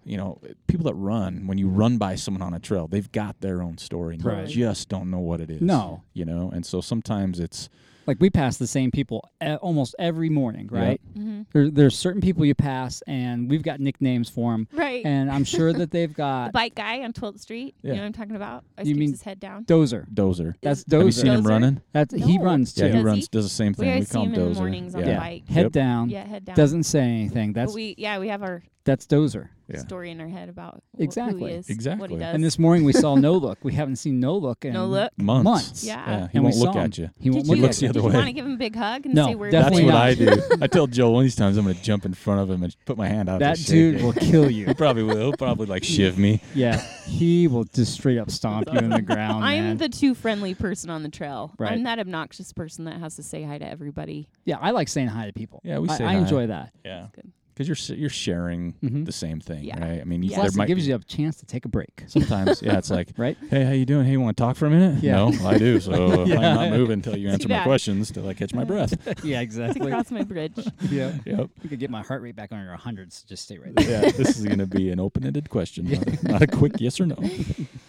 you know, people that run, when you run by someone on a trail, they've got their own story and
Right.
you just don't know what it is.
No.
You know, and so sometimes it's
like we pass the same people e- almost every morning,
Yeah.
right?
Mm-hmm.
There, there's certain people you pass, and we've got nicknames for them,
Right.
and I'm sure that they've
the
got
bike guy on 12th Street. You
Yeah.
know what I'm talking about? I
You
keeps
mean-
his head down.
Dozer.
Dozer.
That's
Have
Dozer.
Have you seen him
Dozer?
running?
That's he
No.
runs too.
Yeah, he
Does
runs,
he?
does the same thing.
We always
call
see him in
Dozer.
the mornings on
yeah.
the
Yeah.
bike.
Head
Yep.
down.
Yeah, head down.
Doesn't say anything.
But
That's
we yeah we have our
that's Dozer.
Yeah.
story in our head about wh- who
Exactly.
he is, what
Exactly.
he does.
And this morning we saw No Look. We haven't seen No Look in
no look.
Months.
Months.
Yeah.
He
and we
won't look
saw him.
at you.
He won't
Did
look
you,
at
looks the
you.
other
did you
way.
want to give him a big hug and
No,
say we're
That's
Definitely
what
not.
I do. I tell Joel one of these times I'm going to jump in front of him and put my hand out.
That
to shake
dude
it.
will kill you.
He probably will. He'll probably like shiv me.
yeah, he will just straight up stomp you in the ground. man.
I'm the too friendly person on the trail.
Right.
I'm that obnoxious person that has to say hi to everybody.
yeah. I like saying hi to people.
Yeah, we
I,
say
I
hi.
enjoy that.
Yeah.
good.
Because you're s- you're sharing
Mhm.
the same thing,
Yeah.
right? I mean, you
Yeah.
there
Plus, it
might
gives
be-
you a chance to take a break.
sometimes, yeah, it's like,
Right?
hey, how you doing? Hey, you want to talk for a minute?
Yeah.
No, I do. So if
Yeah.
I'm not moving until you answer my
bad.
questions, till I catch my breath.
yeah, exactly.
Cross my bridge.
yeah.
yep.
You could get my heart rate back under 100, so just stay right there.
Yeah, this is going to be an open-ended question, not, a, not a quick yes or no.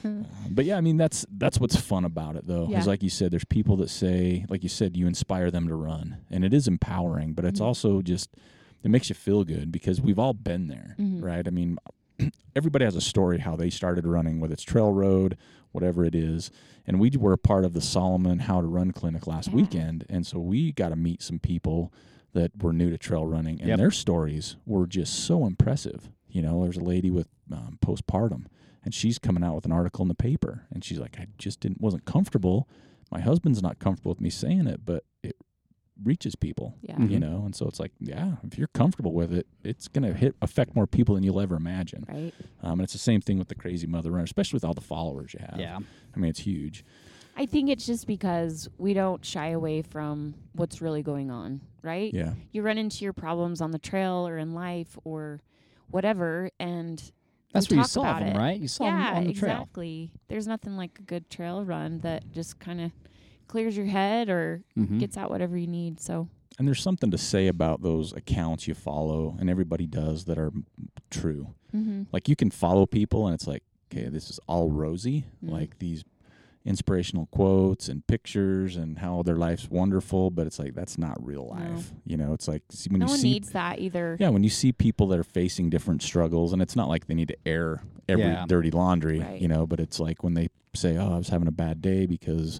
Uh, but yeah, I mean that's that's what's fun about it, though,
Yeah.
is like you said, there's people that say, like you said, you inspire them to run, and it is empowering, but
Mm-hmm.
it's also just it makes you feel good because we've all been there,
Mm-hmm.
right? I mean, everybody has a story how they started running, whether it's trail road, whatever it is. And we were a part of the Solomon How to Run clinic last weekend, and so we got to meet some people that were new to trail running, and
Yep.
their stories were just so impressive. You know, there's a lady with um, postpartum, and she's coming out with an article in the paper, and she's like, "I just didn't wasn't comfortable. My husband's not comfortable with me saying it, but it reaches people."
Yeah.
Mhm.
You know, and so it's like, yeah, if you're comfortable with it, it's gonna hit affect more people than you'll ever imagine.
Right.
Um, and it's the same thing with the crazy mother runner, especially with all the followers you have.
Yeah.
I mean, it's huge.
I think it's just because we don't shy away from what's really going on, right?
Yeah.
You run into your problems on the trail or in life or whatever, and
That's
we
where you
talk
saw
about
them,
it.
right? You saw
yeah,
them on the trail.
exactly. There's nothing like a good trail run that just kind of clears your head or
Mm-hmm.
Mhm.
gets out whatever you need. So
And there's something to say about those accounts you follow, and everybody does that are true.
Mm-hmm.
Like you can follow people, and it's like, okay, this is all rosy,
Mm-hmm.
like these inspirational quotes and pictures and how their life's wonderful, but it's like that's not real life. You know, it's like see, when
no
you
one
see
needs that either.
Yeah, when you see people that are facing different struggles, and it's not like they need to air every
Yeah.
dirty laundry,
Right.
you know, but it's like when they say, oh, I was having a bad day because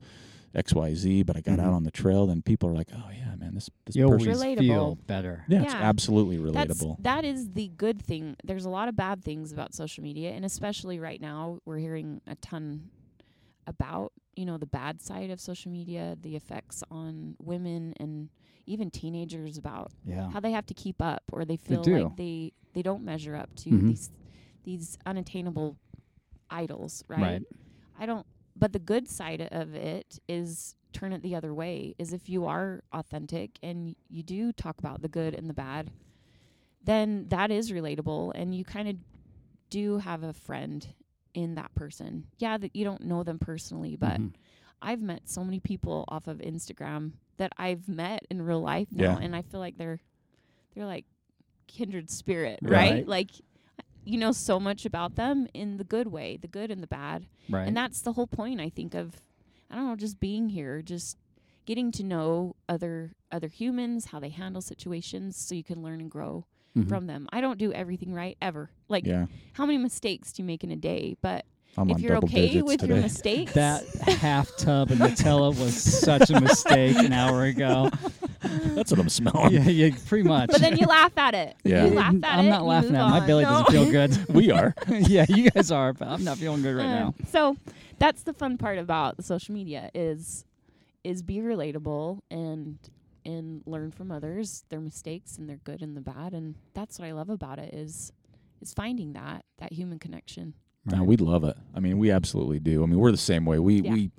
XYZ, but I got
Mm-hmm.
out on the trail, then people are like, oh, yeah, man, this, this
You always
person.
Relatable.
feel better.
Yeah, it's
Yeah.
absolutely
That's,
relatable.
that is the good thing. There's a lot of bad things about social media, and especially right now, we're hearing a ton about you know the bad side of social media, the effects on women and even teenagers about
Yeah.
how they have to keep up or they feel
do.
like they they don't measure up to
Mhm.
these these unattainable idols right?
Right.
i don't but the good side of it is turn it the other way is if you are authentic and you do talk about the good and the bad then that is relatable and you kind of do have a friend in that person yeah that you don't know them personally but
Mhm.
I've met so many people off of Instagram that I've met in real life
Yeah.
now, and I feel like they're they're like kindred spirit,
Yeah.
right?
Right.
Like you know so much about them in the good way, the good and the bad,
Right.
and that's the whole point. I think of I don't know, just being here, just getting to know other other humans, how they handle situations, so you can learn and grow
Mhm.
from them. I don't do everything right ever, like
Mm-hmm. yeah.
how many mistakes do you make in a day? But
I'm
if
on
you're
double
okay
digits
with
today.
your mistakes.
That half tub of Nutella was such a mistake an hour ago.
That's what I'm smelling.
Yeah, yeah, pretty much.
but then you laugh at it.
Yeah.
You laugh at it.
I'm not
you
laughing
move
at it. my
on.
belly doesn't
No.
feel good.
We are.
yeah, you guys are, but I'm not feeling good right
Uh,
now.
So that's the fun part about the social media is is be relatable and and learn from others their mistakes and their good and the bad and that's what I love about it is is finding that that human connection.
No, we love it. I mean, we absolutely do. I mean, we're the same way. We
Yeah.
we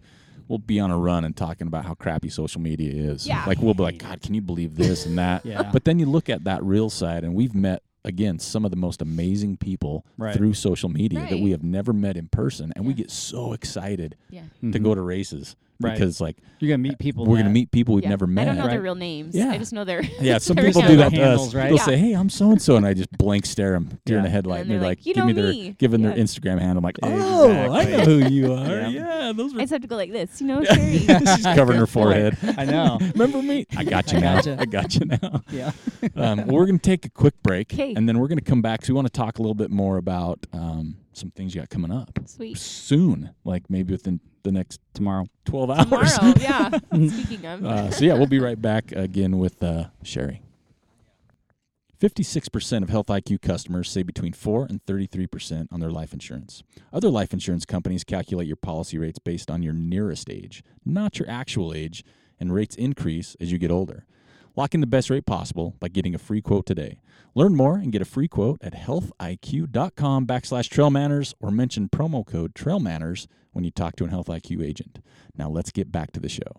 we'll be on a run and talking about how crappy social media is.
Yeah.
Like we'll be like, God, can you believe this and that?
Yeah.
But then you look at that real side, and we've met again some of the most amazing people
Right.
through social media that we
Right.
have never met in person, and we
Yeah.
get so excited
Yeah.
to go to races
Right.
because like
Mm-hmm. You're gonna meet people.
we're gonna
that-
meet people we've
Yeah.
never met.
I don't know
Right.
their real names.
Yeah.
I just know their
Yeah, some
their
people do
handle.
that to
handles.
us.
Handles, right?
They'll
Yeah.
say, "Hey, I'm so and so," and I just blank stare them deer in
Yeah.
the headlight, and
And
they're
then they're
like,
like, "You
"Give
know
me their,
me."
giving their
Yeah.
Instagram handle." I'm like, "Oh, I know who you are.
Yeah.
yeah. those
I
were."
just have to go like this, you know, Sherry.
She's covering her forehead.
I know.
Remember me? I got you
I
now.
gotcha.
I got you now.
Yeah.
Um, well, we're going to take a quick break,
'Kay.
and then we're going to come back. So we want to talk a little bit more about um, some things you got coming up
Sweet.
soon, like maybe within the next
Tomorrow.
12 hours.
Tomorrow, yeah. Speaking of
Uh, so yeah, we'll be right back again with uh, Sherry. Fifty-six percent of Health IQ customers say between four and thirty-three percent on their life insurance. Other life insurance companies calculate your policy rates based on your nearest age, not your actual age, and rates increase as you get older. Lock in the best rate possible by getting a free quote today. Learn more and get a free quote at healthiq.com backslash trail manners or mention promo code trail manners when you talk to an Health IQ agent. Now let's get back to the show.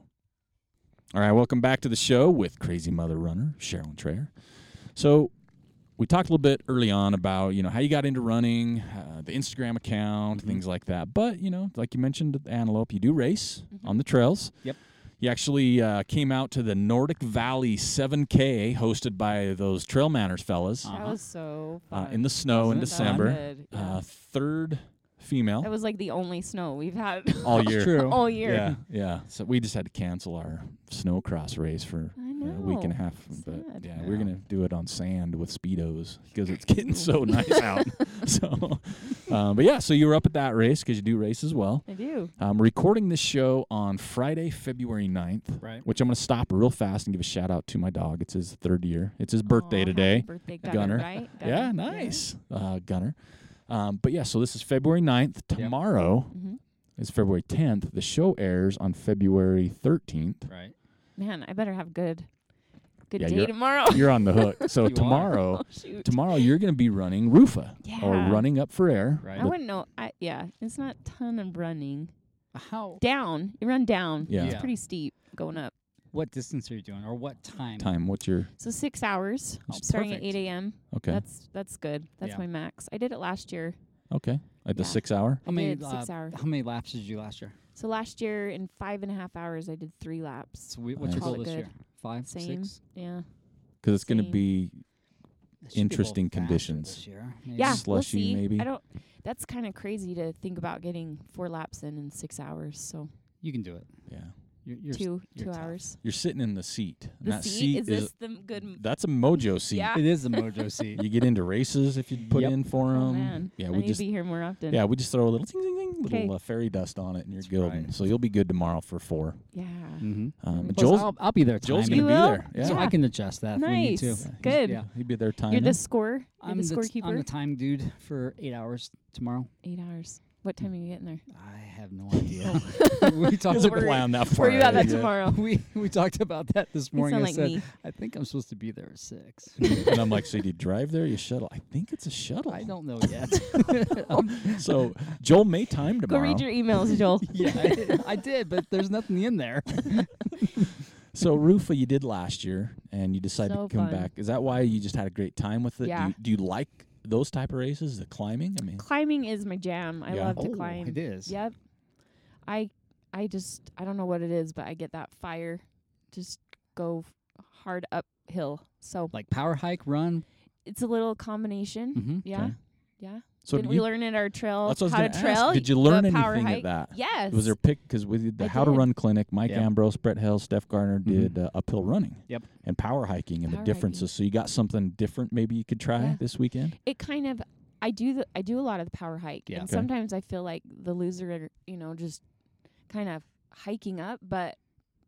All right, welcome back to the show with Crazy Mother Runner, Sherilyn Traer. So we talked a little bit early on about you know how you got into running, uh, the Instagram account, things like that. But you know, like you mentioned, at the antelope, you do race on the trails.
Yep.
You actually uh, came out to the Nordic Valley 7K hosted by those Trail Manners fellas
that was so
uh,
fun.
in the snow in
Wasn't it fun?
December.
Good, yeah.
Uh, third
that
female
was like the only snow we've had
all year.
True.
all year.
Yeah, yeah. So we just had to cancel our snowcross race for
I
a week and a
know.
half. But
Sad.
yeah, we're gonna do it on sand with speedos because it's getting so nice out. So, um, but yeah, so you were up at that race because you do race as well.
I do.
I'm recording this show on Friday, February 9th,
Right.
which I'm gonna stop real fast and give a shout out to my dog. It's his third year. It's his birthday
Aw, happy
today.
Birthday
Gunner.
Gunner, right? Gunner,
Yeah, nice, Uh, Gunner. Um, but yeah, so this is February 9th. Tomorrow
Mhm.
is February 10th. The show airs on February 13th.
Right.
Man, I better have good, good
Yeah,
day
you're-
tomorrow.
You're on the hook. So
You are.
tomorrow,
oh, shoot.
tomorrow you're going to be running Rufa or
Yeah.
running up for air.
Right.
I wouldn't know. I, yeah, it's not ton of running.
How?
Down, you run down.
Yeah.
It's
Yeah.
pretty steep going up.
What distance are you doing, or what time?
Time. What's your
So six hours,
Oh,
starting
perfect.
at 8 a.m.
okay?
That's that's good. That's
Yeah.
my max. I did it last year.
okay. At the
yeah.
six hour.
How many
did six
uh,
hours.
How many laps did you do last year?
So last year in five and a half hours, I did three laps.
So we, what's your
Call
goal
it
this
good.
year? Five,
Same.
six.
Yeah.
Because it's going to
Same.
be
It should be a little
Interesting
faster
conditions.
This year, maybe.
Yeah. we'll
slushy,
see.
maybe?
I don't. That's kind of crazy to think about getting four laps in in six hours. So
You can do it.
yeah.
You're, you're s-
2
you're
two
tough.
hours.
You're sitting in the seat. and
The
that
seat, is this the m- good? m-
that's a mojo seat.
Yeah.
It is a mojo seat.
You get into races if you put
Yep.
in for them.
Oh man,
Yeah,
I
we
need
just
to be here more often.
yeah we just throw a little ting ting ting, little
'Kay.
uh, fairy dust on it, and you're
That's
golden.
right.
So you'll be good tomorrow for four.
Yeah.
mm-hmm.
Um,
Plus,
Plus,
Joel's
I'll, I'll be there.
Joel's
timing.
gonna
You
be
will?
there. Yeah.
So I
Yeah.
can adjust that.
Nice.
If we need to.
Yeah, he's-
Good.
Yeah.
he'd be there time.
You're the scorer. You're
I'm
the
the, t- I'm the
scorekeeper.
time dude for eight hours tomorrow.
Eight hours. What time are you getting there?
I have no idea. we talked
Doesn't
about
plan that far.
Where you at
ahead
that
yet.
tomorrow?
we, we talked about that this
You
morning.
sound
I
like
said
me.
I think I'm supposed to be there at six.
and I'm like, so do you drive there? You shuttle? I think it's a shuttle.
I don't know yet. Um,
So Joel may time
Go
tomorrow.
read your emails, Joel.
yeah, I, I did, but there's nothing in there.
so Rufa, you did last year, and you decided
So
to come
fun.
back. Is that why you just had a great time with it?
Yeah.
Do, you, do you like those type of races, the climbing? I mean,
Climbing is my jam. I
Yeah.
love to
Oh,
climb.
it is.
Yep. I I just I don't know what it is, but I get that fire. Just go f- hard uphill. So
Like power hike, run.
it's a little combination.
Mm-hmm.
Yeah.
Okay.
Yeah.
so
Didn't
did
we
you,
learn at our trail
that's what I was
how to
gonna
trail?
ask. Did you learn
the power
anything
hike?
at that?
Yes.
Was there pick because with the
I
How to
did.
Run clinic, Mike
Yep.
Ambrose, Brett Hell, Steph Garner did uh, uphill running.
Mm-hmm. Yep.
And power hiking and the
Power hiking.
differences. So you got something different maybe you could try
Yeah.
this weekend.
it kind of I do the I do a lot of the power hike,
Yeah.
and
Okay.
sometimes I feel like the loser, you know, just kind of hiking up. But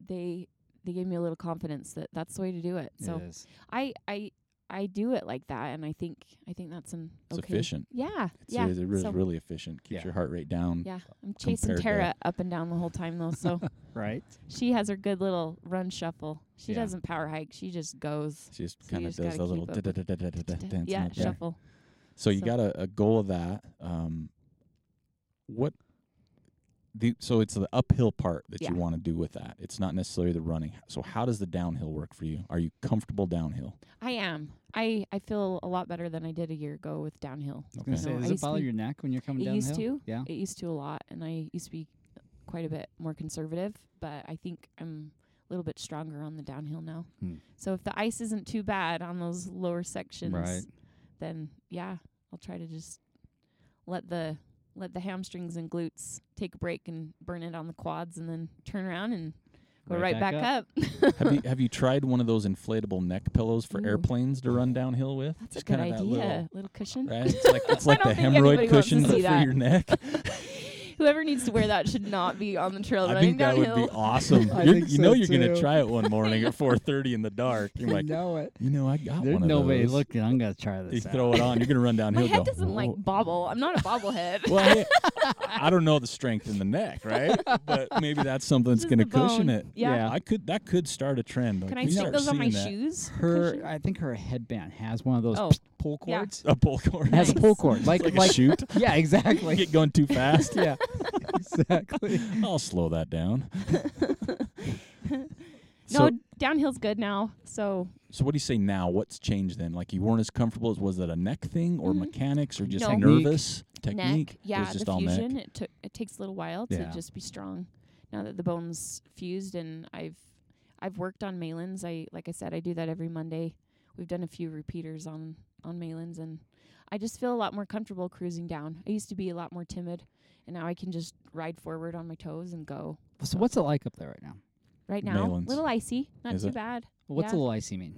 they they gave me a little confidence that that's the way to do it. So
It is.
I I I do it like that, and I think I think that's an
It's
okay.
efficient.
Yeah,
It's,
yeah.
it's really,
so,
really efficient. Keeps
Yeah.
your heart rate down.
yeah, I'm chasing
compared to-
Tara up and down the whole time though, so
right.
she has her good little run shuffle. She
Yeah.
doesn't power hike; she just goes.
She just
So you
kind of
just
does
gotta
those little
keep up with-
da-da-da-da-da-da dancing
yeah,
up there.
shuffle.
So you
So-
got a, a goal of that. Um, what the so it's the uphill part that you
Yeah.
want to do with that. It's not necessarily the running. So how does the downhill work for you? Are you comfortable downhill?
I am. I I feel a lot better than I did a year ago with
I
downhill.
was
Okay.
gonna
No,
say,
I
does it
used to
bother
be-
your neck when you're coming
It
down
used
the hill?
to.
Yeah.
It used to a lot, and I used to be quite a bit more conservative. But I think I'm a little bit stronger on the downhill now.
Hmm.
So if the ice isn't too bad on those lower sections,
Right.
then yeah, I'll try to just let the let the hamstrings and glutes take a break and burn it on the quads, and then turn around and go right, back, up.
have you have you tried one of those inflatable neck pillows for
Ooh.
airplanes to run downhill with?
Mm. That's
Just
a good
kinda that
idea.
little-
Little, cushion.
right? It's like it's
I
like the
don't think
hemorrhoid
anybody wants to
cushion but
see
for
that.
your neck.
Whoever needs to wear that should not be on the trail
I
running
think that
downhill.
would be awesome.
I
You're-
think
you know
so
you're gonna
too.
try it one morning at 4:30 in the dark. You're like,
know it.
you know, I got
There's
one of
no way.
those."
Look, I'm gonna try
You
this. out.
throw it on, you're gonna run
My
downhill.
head
go,
doesn't like
"Whoa."
bobble. I'm not a bobblehead.
Well, hey, I don't know the strength in the neck, right? But maybe that's something that's
Just
going to
the bone.
cushion it.
Yeah.
I could that could start a trend. Like,
Can I
we
stick
start
those on my
seeing that.
shoes? for
her.
cushion?
I think her headband has one of those
Oh,
pull
yeah.
cords.
A pull cord.
It has a
Nice.
pull cord, like
like,
like,
a shoot.
yeah,
You
exactly.
get going too fast.
yeah, exactly.
I'll slow that down.
No,
so,
downhill's good now. So
so what do you say now? What's changed then? Like you weren't as comfortable as was it a neck thing or
Mhm.
mechanics or just
No. Technique.
nervous technique?
neck,
It
yeah,
was just
the
all
fusion.
neck.
It took it takes a little while
Yeah.
to just be strong. Now that the bones fused, and I've I've worked on malins. I like I said, I do that every Monday. We've done a few repeaters on on malins, and I just feel a lot more comfortable cruising down. I used to be a lot more timid, and now I can just ride forward on my toes and go.
So what's it like up there right now?
Right now,
Malins.
little icy, not
Is
too
it?
bad.
What's a
Yeah.
little icy mean?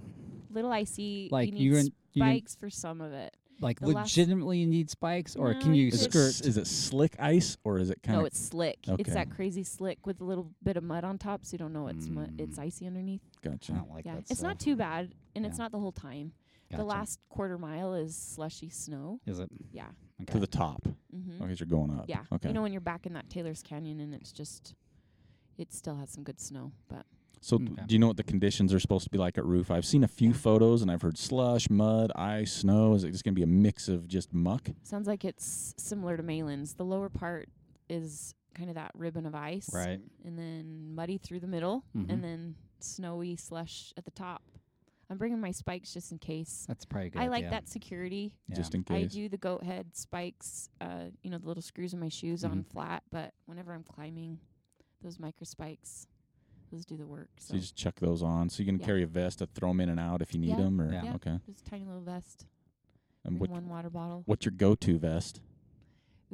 Little icy.
Like
you need
are in, you in-
spikes for some of it.
like
the last-
legitimately you need spikes, or
No,
can
you
you
could-
Is it,
skirt?
s- is it slick ice or is it kind
No,
of
it's slick.
Okay.
It's that crazy slick with a little bit of mud on top, so you don't know it's mud.
Mm.
It's icy underneath.
I
gotcha?
don't like
yeah,
that.
it's not too bad, and it's
Yeah.
not the whole time.
Gotcha.
The last quarter mile is slushy snow.
Is it?
Yeah.
Okay.
To the top.
Mm-hmm.
Okay, you're going up.
Yeah.
Okay.
You know when you're back in that Taylor's Canyon and it's just, it still has some good snow, but
So, d-
mm-hmm.
Okay.
do you know what the conditions are supposed to be like at roof? I've seen a few photos and I've heard slush, mud, ice, snow. Is it just going to be a mix of just muck?
sounds like it's similar to Malin's. The lower part is kind of that ribbon of ice,
right.
and then muddy through the middle,
Mhm.
and then snowy slush at the top. I'm bringing my spikes just in case.
That's probably a good.
I like
idea.
that security
Yeah.
Just in
I
case.
do the goat head spikes, uh, you know, the little screws in my shoes on
Mm-hmm.
flat, but whenever I'm climbing, those micro spikes, those do the work.
So
So,
you just chuck those on. So you can
Yeah.
carry a vest to throw 'em in and out if you need
Yeah.
'em or
Yeah.
Yeah.
okay.
just a tiny little vest
And
and
what,
one water bottle.
what's your go-to vest?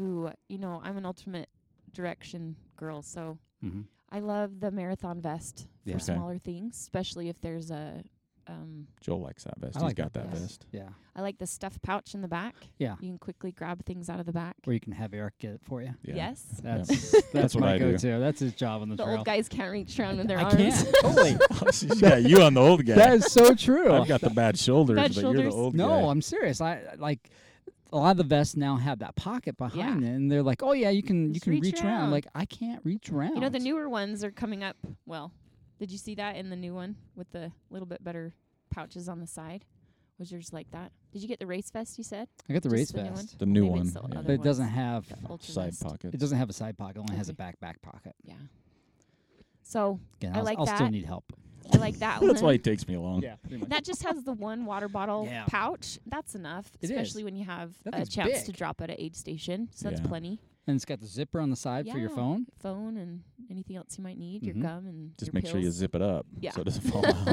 Ooh, you know, I'm an ultimate direction girl, so
Mhm.
I love the marathon vest for
Yeah. Okay.
smaller things, especially if there's a. Um,
Joel likes that vest.
I
He's
like
got that
that vest.
vest.
Yeah.
I like the stuffed pouch in the back.
Yeah.
You can quickly grab things out of the back.
Where you can have Eric get it for you.
Yeah.
Yes.
That's
That's
that's
what
my
I do.
go-to. That's his job on the,
The
trail.
old guys can't reach around with their
I
arms.
can't. totally.
She's got you on the old guy.
That is so true.
I've got the bad shoulders,
Bad
but you're
shoulders.
the old guy.
No, I'm serious. I I- like a lot of the vests now have that pocket behind it, and they're like, "Oh yeah, you can
Just
you can
reach
reach, around.
around.
Like I can't reach around.
You know, the newer ones are coming up. Well, did you see that in the new one with the little bit better pouches on the side? Was yours like that? Did you get the race vest you said?
I got the race
just the new one.
vest,
the new
Maybe
one.
it's the
yeah.
other
but it doesn't
ones.
have
The ultra
Side
vest.
pocket.
it doesn't have a side pocket. It only has a
Okay.
back back pocket.
Yeah. So
Again,
I
I'll,
like
I'll still
that.
need help.
I like that one.
That's why it takes me long.
pretty much.
That just has the one water bottle
Yeah.
pouch. That's enough,
It
especially
is.
when you have
That
a
thing's
chance
big.
to drop it at aid station. So
Yeah.
that's plenty.
and it's got the zipper on the side for your
Yeah.
phone.
Phone and anything else you might need,
Mhm.
your gum and
Mm-hmm. Just
your
make sure you
pills.
zip it up
Yeah.
so it doesn't fall out.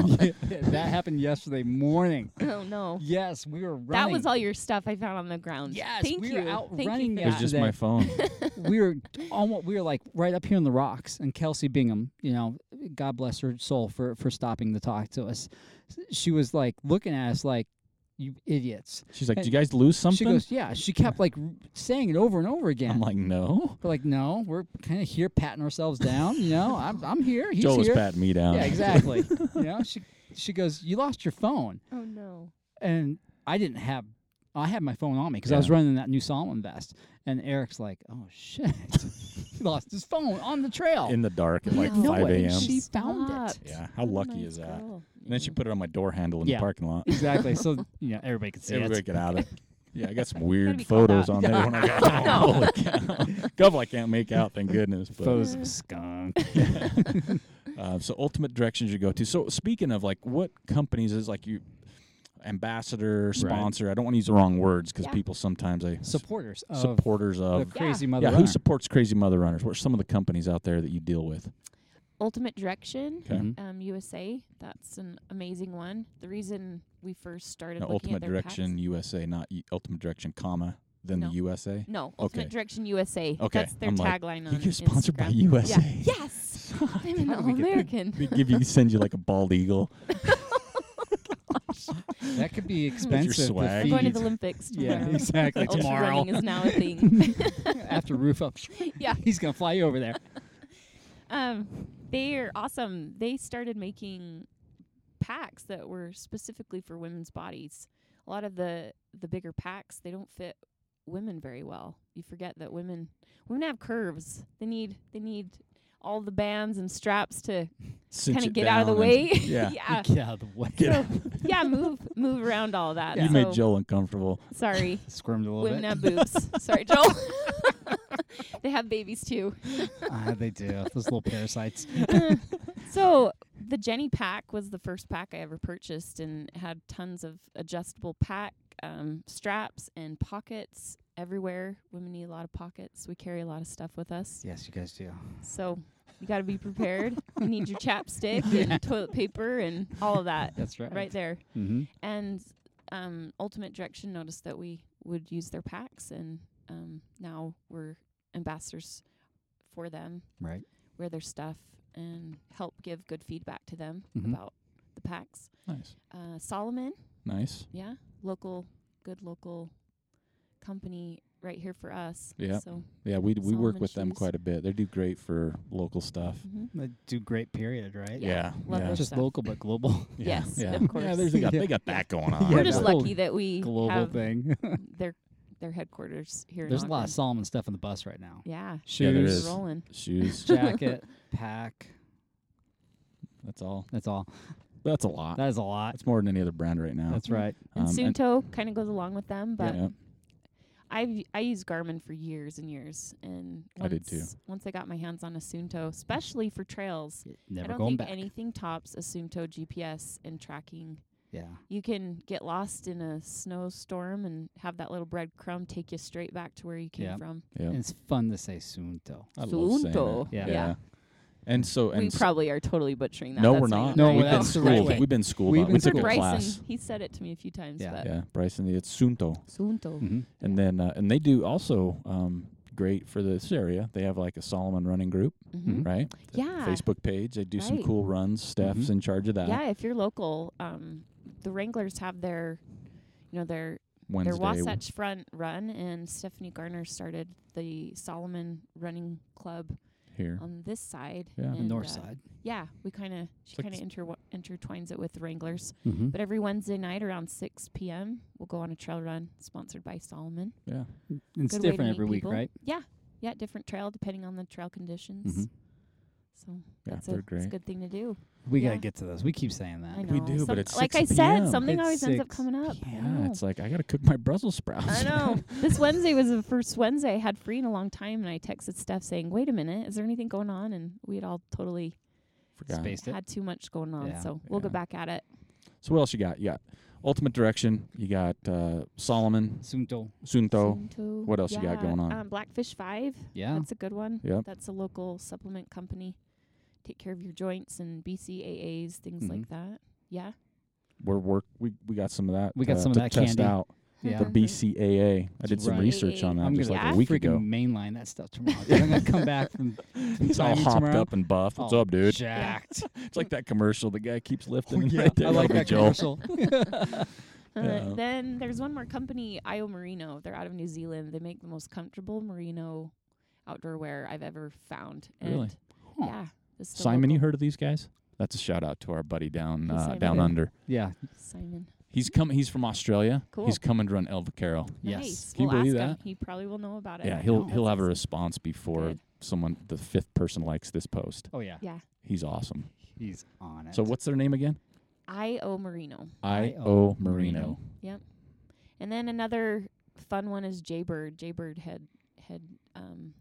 that happened yesterday morning.
oh no.
Yes, we were running.
That was all your stuff I found on the ground.
Yes,
Thank
we
you.
were out
Thank you
running
for
It was
that.
just
today.
my phone.
we were almost we were like right up here on the rocks and kelsey bingham you know god bless her soul for for stopping to talk to us she was like looking at us like you idiots.
She's like, "Do you guys lose something?"
She goes, yeah. She kept like r- saying it over and over again.
I'm like, "No."
We're like, no, we're kind of here patting ourselves down. You know, I'm, I'm here. He's
Joel was
here.
patting me down.
Yeah, exactly. you know, she she goes, you lost your phone,
Oh no.
and I didn't have. I had my phone on me because I
Yeah.
was running that new Solomon vest, and Eric's like, "Oh shit, he lost his phone on the trail."
In the dark at like
No.
No
5
way.
a.m.
She found it.
Stopped.
Yeah, Oh how
What a
lucky
nice
is that?
girl.
And then she put it on my door handle in
Yeah.
the parking lot.
exactly. So you know, everybody could see
Everybody
it.
get out of it. Yeah, I got some
be
weird
called
photos
out.
on there when I got home. Holy cow. Couple I can't make out, thank goodness. But,
Photos of a skunk.
Uh, so ultimate directions you go to. So speaking of like what companies is like you ambassador, sponsor. I don't want to use the wrong words because
Yeah.
people sometimes they
Supporters of
supporters
the
of
crazy mother.
yeah. Who
runner.
supports Crazy Mother Runners? What are some of the companies out there that you deal with? Mm-hmm.
Ultimate Direction,
Okay.
Mhm.
um, USA. That's an amazing one. The reason we first started
Now,
looking
Ultimate
at their packs-
Direction USA, not U- Ultimate Direction, comma then
No.
the USA.
No, Ultimate
Okay.
Direction USA.
Okay,
That's their
I'm like,
tagline
You
on
get sponsored by
Instagram.
USA.
Yeah. Yes. I'm an
did we get that?
All-American.
They give you send you like a bald eagle.
That could be expensive. to
swag.
I'm going to
feed.
the Olympics
yeah,
tomorrow.
exactly.
Ultra
Tomorrow
running is now a thing.
after roof up,
yeah.
he's gonna fly you over there.
Um, they are awesome. They started making packs that were specifically for women's bodies. A lot of the the bigger packs they don't fit women very well. You forget that women women have curves. They need they need all the bands and straps to
Cinch
kind of
it
get out of the
down and-
way.
yeah.
yeah.
Get out of the way.
Get out.
Yeah, move move around all that.
You
So,
made Joel uncomfortable.
sorry.
Squirmed a little
Women
bit.
have boobs. Sorry, Joel. they have babies too.
Ah, they do. Those little parasites.
So the Jenny pack was the first pack I ever purchased and had tons of adjustable pack um, straps and pockets everywhere. Women need a lot of pockets. We carry a lot of stuff with us.
Yes, you guys do.
So you got to be prepared. you need your chapstick and toilet paper and all of that
That's right.
right there.
Mm-hmm.
And um, Ultimate Direction noticed that we would use their packs, and um, now we're ambassadors for them
Right.
wear their stuff and help give good feedback to them
Mm-hmm.
Mhm.
about the packs.
Nice,
Uh, Solomon,
nice.
yeah, local, good local company right here for us.
Yep.
So,
Yeah, we we work
Solomon
with them
shoes.
quite a bit. They do great for local stuff.
mhm.
They do great. Period. Right.
Yeah,
yeah.
love
yeah.
those
Just
stuff.
local, but global.
Yes,
yeah.
of course.
Yeah, there's, they, got, they got that going on.
Yeah,
We're just
that-
lucky that we
global
have
thing.
their their headquarters here.
There's a
in
lot of
Ogden.
Solomon stuff on the bus right now.
Yeah,
Yeah, there
we're
is.
Shoes,
rolling.
Shoes.
jacket, pack.
That's all.
That's all.
That's a lot.
That is a lot.
That's more than any other brand right now.
That's right.
And
Um, and-
Sunto kind of goes along with them, but
yeah.
I've I used Garmin for years and years, and
I
once,
did too.
Once I got my hands on a Sunto, especially for trails,
Never
I don't
going
think
back.
anything tops a Sumto GPS and tracking.
yeah.
You can get lost in a snowstorm and have that little breadcrumb take you straight back to where you came
Yeah.
from.
Yep.
And it's fun to say Sunto.
I love saying that.
Sunto.
Yeah.
yeah. And so and
we
s-
probably are totally butchering that.
no,
That's
we're
me.
not.
No,
we've been
that's the right
schooled.
way.
We've been schooled.
We've
on it.
been
we
Mr.
took a
schooled.
Bryson,
class.
he said it to me a few times.
Yeah.
But
Yeah, Bryson. It's Sunto.
Sunto.
Mm-hmm.
And then uh, and they do also um, great for this area. They have like a Solomon running group,
Mm-hmm.
Mhm.
right?
Yeah.
Facebook page. They do some
Right. Mm-hmm.
cool runs. Steph's
Mhm.
in charge of that.
Yeah, if you're local, um, the Wranglers have their, you know, their
Wednesday.
their Wasatch Front run, and Stephanie Garner started the Solomon Running Club
here.
on this side.
Yeah. The
and,
north
uh,
side.
Yeah, we kind of she
like
kind of interw intertwines it with the Wranglers.
Mm-hmm.
But every Wednesday night around 6 p.m., we'll go on a trail run sponsored by Solomon.
Yeah.
It's
Good way to
different
meet
every week,
people.
right?
Yeah, yeah, different trail depending on the trail conditions.
Mm-hmm.
Mhm.
So
Yeah,
that's,
they're
a, that's a
great.
good thing to do.
We
Yeah.
gotta get to those. We keep saying that.
I know.
We do, but
Some-
it's
like
6
I said,
p.m..
something
It's
always ends up
6.
coming up. I
Yeah,
know.
it's like I gotta cook my Brussels sprouts.
I know. this Wednesday was the first Wednesday I had free in a long time, and I texted Steph saying, "Wait a minute, is there anything going on?" And we had all totally
Forgot.
Spaced it.
had too much going on,
Yeah.
so we'll
Yeah.
get back at it.
So what else you got? You got Ultimate Direction. You got uh, Solomon
Sunto.
Sunto.
Soon to-
what else you got
yeah,
going on?
Um, Blackfish Five,
Yeah.
that's a good one.
Yep.
That's a local supplement company. Take care of your joints and BCAAs, things
Mm-hmm.
like that. Yeah,
We're work. We we got some of that.
We got
to-
some of
to
that
test
candy.
out.
yeah.
The
Mm-hmm.
BCAA. I did some
Right.
research on that
I'm
just
gonna
like a week
freaking
ago.
mainline that stuff tomorrow. dude. I'm gonna come back from, from
He's all
climbing
hopped
tomorrow.
up and buff. What's
all
up,
Oh,
dude?
Jacked.
It's like that commercial. The guy keeps lifting.
Yeah,
right there.
I like
That'll be
that
Joel.
commercial.
Uh,
Yeah.
Then there's one more company, Io Merino. They're out of New Zealand. They make the most comfortable merino outdoor wear I've ever found. And
Really?
Huh.
Yeah. this is the
Simon, you
local-
heard of these guys? That's a shout out to our buddy down
Hey,
uh,
Simon.
down
Yeah.
under.
Yeah.
Simon.
He's come. He's from Australia.
Cool.
He's coming to run El Vaquero.
Yes.
Nice.
Can you
we'll
believe
ask
that?
him. He probably will know about it.
Yeah, he'll
Oh,
he'll
that's
have a
awesome.
response before
Good.
someone the fifth person likes this post.
Oh yeah.
Yeah.
He's awesome.
He's on it.
So what's their name again?
Io Merino.
I
I.O.
O Marino.
Yep. And then another fun one is Jaybird. Jaybird head head um,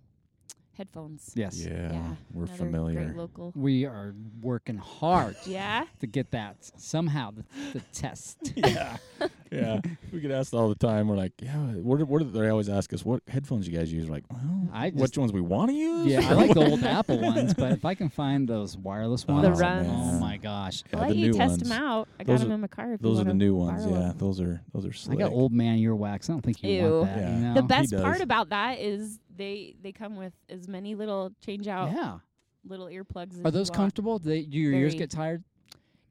headphones.
Yes.
Yeah, we're
another
familiar.
Great local.
We are working hard
Yeah.
to get that somehow the, the test.
yeah, yeah. We get asked all the time. We're like, yeah. What? are- What? Are they always ask us what headphones you guys use. We're like, well,
I
which
just-
ones we want to use?
yeah, I like the old Apple ones, but if I can find those wireless ones,
The runs.
oh my gosh.
Yeah,
I'll let
the
you
new
test
ones.
them out. I got
Those
them
are-
in my car. If you
Those are the
wanna
new ones.
borrow 'em.
Yeah, those are those are
I
slick.
got old man earwax. I don't think you
Ew.
want that.
Yeah.
You know?
The best
does.
part about that is they they come with as many little change out
Yeah.
little earplugs. as
Are
you
those
want.
comfortable? Do, they, do your ears
Very.
get tired?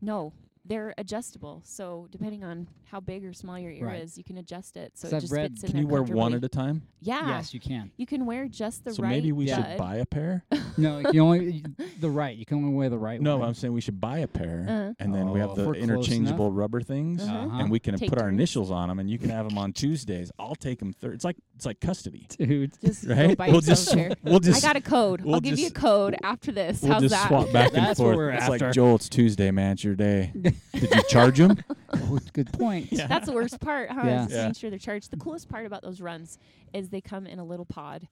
No, they're adjustable. So depending on how big or small your ear
Right.
is, you can adjust it. So
'Cause
it
I've
just
read-
fits in
Can
there
you wear one
comfortably.
at a time?
Yeah.
Yes, you can.
You can wear just the
so
right.
maybe we
bud.
should buy a pair.
No, you only the right. You can only wear the right
no,
one.
I'm saying we should buy a pair,
Uh-huh.
and then we
Oh,
have
if
the
we're close
interchangeable rubber things,
Uh-huh.
Uh-huh.
and we can
Take
put our
turns.
initials on them, and you can have them on Tuesdays. I'll take them. Thir- it's like it's like custody.
dude.
Just go
Right?
buy
We'll
yourself a
just-
pair.
we'll just-
I got a code.
we'll
I'll give you a
just-
code after this.
We'll
How's
just
that?
swap back and
That's what
forth.
we're
it's
after.
like Joel, it's Tuesday, man. It's your day. Did you charge him?
Oh, good point. yeah.
That's the worst part, huh?
Yeah.
Is just
Yeah.
making sure they're charged. The coolest part about those runs is they come in a little pod,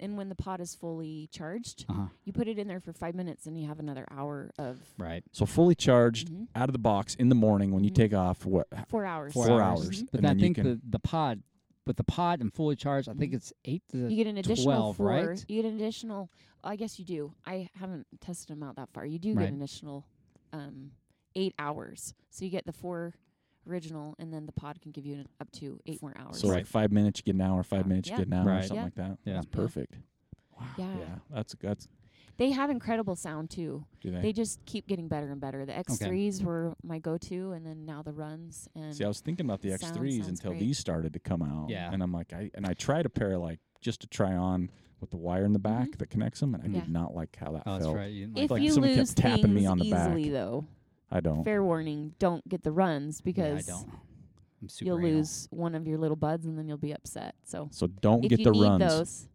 and when the pod is fully charged,
Uh-huh.
you put it in there for five minutes, and you have another hour of
Right.
So fully charged,
Mhm.
out of the box in the morning when you
Mhm.
take off. What?
four hours. Mm-hmm.
Four hours. Mhm.
But
And
I
then you
think
can-
the, the pod, with the pod and fully charged, I think
Mhm.
it's eight to the
You get an additional
12,
four.
right?
You get an additional. I guess you do. I haven't tested them out that far. You do
Right.
get an additional um, eight hours. So you get the four original, and then the pod can give you an, up to eight more hours. Uh,
So like five minutes, you get an hour. Five
Yeah.
minutes, you get an hour, or
Right.
something
Yeah.
like that.
Yeah.
That's
Yeah.
perfect. Wow.
Yeah.
That's that's.
They have incredible sound too.
Do
They just keep getting better and better. The X3s were my go-to, and then now the runs and
See, I was thinking about the
Sound
X3s
sounds
until
great.
these started to come out.
Yeah.
And I'm like, I and I tried a pair like just to try on with the wire in the back that connects them, and I
Mm-hmm. Yeah.
did not like how that
Oh, that's
felt.
right. You didn't
if
like
like
you
someone kept
lose
tapping me
things
on the back.
easily, though,
I don't.
fair warning: don't get the runs
that. Yeah,
because
I don't. I'm super
you'll
anal.
lose one of your little buds, and then you'll be upset. So
So don't
if
get
you
the
need
runs.
those,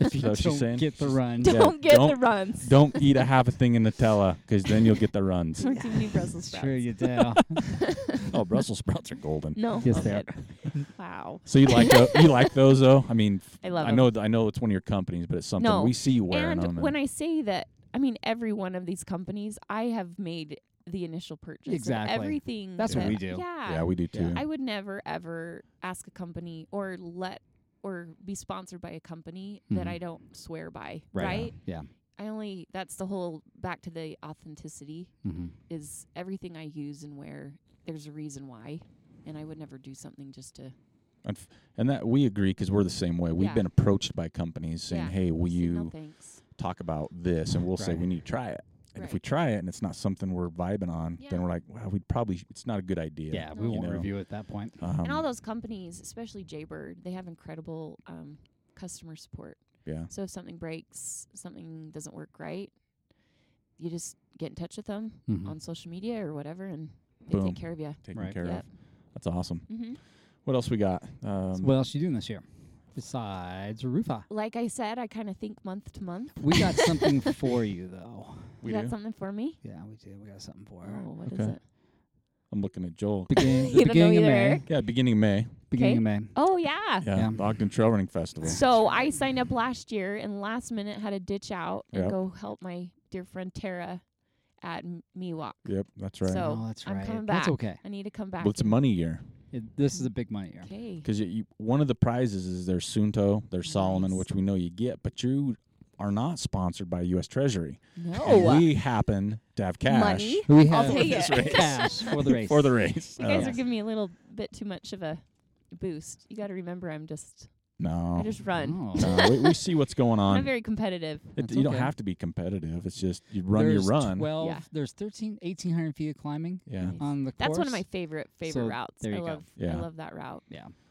If you
Don't get the run.
Yeah,
don't get the
don't-
runs.
don't eat a half a thing of Nutella, because then you'll get the runs.
Or too many Brussels
It's
sprouts.
true, you do.
oh, Brussels sprouts are golden.
No.
Yes,
I'll
they are.
get- Wow.
So you like tho- you like those though? I mean, f-
I love
I
'em.
know th- I know it's one of your companies, but it's something
No.
we see you wearing
and
them.
when I say that, I mean every one of these companies, I have made the initial purchase. of
Exactly.
everything.
That's what
that-
we do.
Yeah.
yeah, we do
Yeah.
too.
I would never ever ask a company or let or be sponsored by a company that
Mm-hmm.
Mhm.
I don't swear by.
Right.
Right.
Yeah.
I only that's the whole back to the authenticity
Mm-hmm.
is everything I use and wear. There's a reason why, and I would never do something just to
And, f- and that we agree because we're the same way. We've
Yeah.
been approached by companies saying,
Yeah.
"Hey, will
say
you
no thanks.
talk about this?" And we'll say,
Right.
"We need to try it." And if
Right.
we try it and it's not something we're vibing on, then
Yeah.
we're like, "Well, we'd probably sh- it's not a good idea."
Yeah, we
You
won't
know.
review at that point.
Um,
and all those companies, especially Jaybird, they have incredible um, customer support.
yeah.
So if something breaks, something doesn't work right, you just get in touch with them
Mhm.
on social media or whatever, and they
Mm-hmm. Boom.
take care of you.
Taken
Right.
care
Yep.
of. That's awesome.
hmm
What else we got? Um,
what else you doing this year besides Rufa?
Like I said, I kind of think month to month.
We got something for you though.
we
you got
do?
something for me?
Yeah, we do. We got something for.
Oh,
her.
what is
Okay.
it?
I'm looking at Joel.
Beginning, the
You don't know
beginning of
either, eh?
May.
Eric?
Yeah, beginning of May.
Beginning of
Okay.
May.
Oh yeah.
Yeah,
Yeah.
the Ogden Trail Running Festival.
So I signed up last year, and last minute had to ditch out and
Yep.
go help my dear friend Tara at M- Miwok.
Yep, that's right.
So
Oh, that's
I'm
right.
coming back.
That's okay.
I need to come back.
Well, it's a money year
It, this is a big money year.
Okay.
because one of the prizes is their Sunto, their Solomon,
Nice.
which we know you get, but you are not sponsored by U.S. Treasury. And
No.
we happen to have cash
Oh. Money.
We
I'll
have
take it.
cash for the race.
for the race.
You guys
Uh,
are giving me a little bit too much of a boost. You got to remember, I'm just
No.
I just run.
Oh.
no, Uh, we, we see what's going
I'm not
on.
very competitive.
It,
That's
you don't
okay.
have to be competitive. It's just you run,
there's
you run.
12,
Yeah.
There's 13, 1,800 feet of climbing
yeah.
Nice.
on the course.
That's one of my favorite favorite
So,
routes.
there
I
you go.
love
Yeah.
I love that route.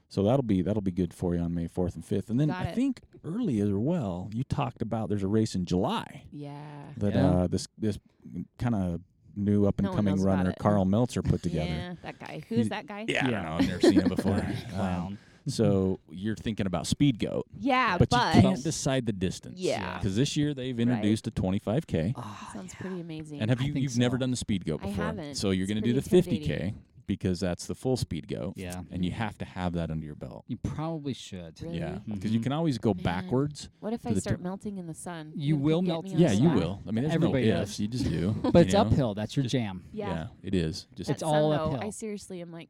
So that'll be that'll be good for you on May fourth and fifth. And then
Got
I
it.
think early as well, you talked about there's a race in July
Yeah.
that
Yeah.
uh, this this kind of new up and
No one
coming
knows about
runner
it.
Carl Meltzer put together.
Yeah, that guy. Who
He's-
is that guy?
Yeah, I don't know. I've never seen him before. Um,
Clown.
so you're thinking about Speed Goat,
Yeah,
but,
Uh, but,
you can't decide the distance.
Yeah.
because this year they've introduced a 25k.
Ah,
sounds pretty amazing.
and have
I
you
think
you've never
so.
done the Speed Goat
I
before?
haven't.
So you're
It's
gonna do the
pretty
50k
intimidating.
because that's the full Speed Goat.
Yeah.
and you have to have that under your belt.
you probably should.
Really?
Yeah,
Mm-hmm.
because you can always go
Man.
backwards.
What if
to
I
the
start
tip-
melting in the sun?
You
Would
will
get
melt
me
in
on
the
Yeah,
the
you
back?
sun.
will. I mean, there's
Everybody
no
does.
ifs. You just do.
But it's
you know?
uphill. That's your
Just-
jam.
Yeah.
it is. Just
That
It's all
sun, though,
uphill.
I seriously am like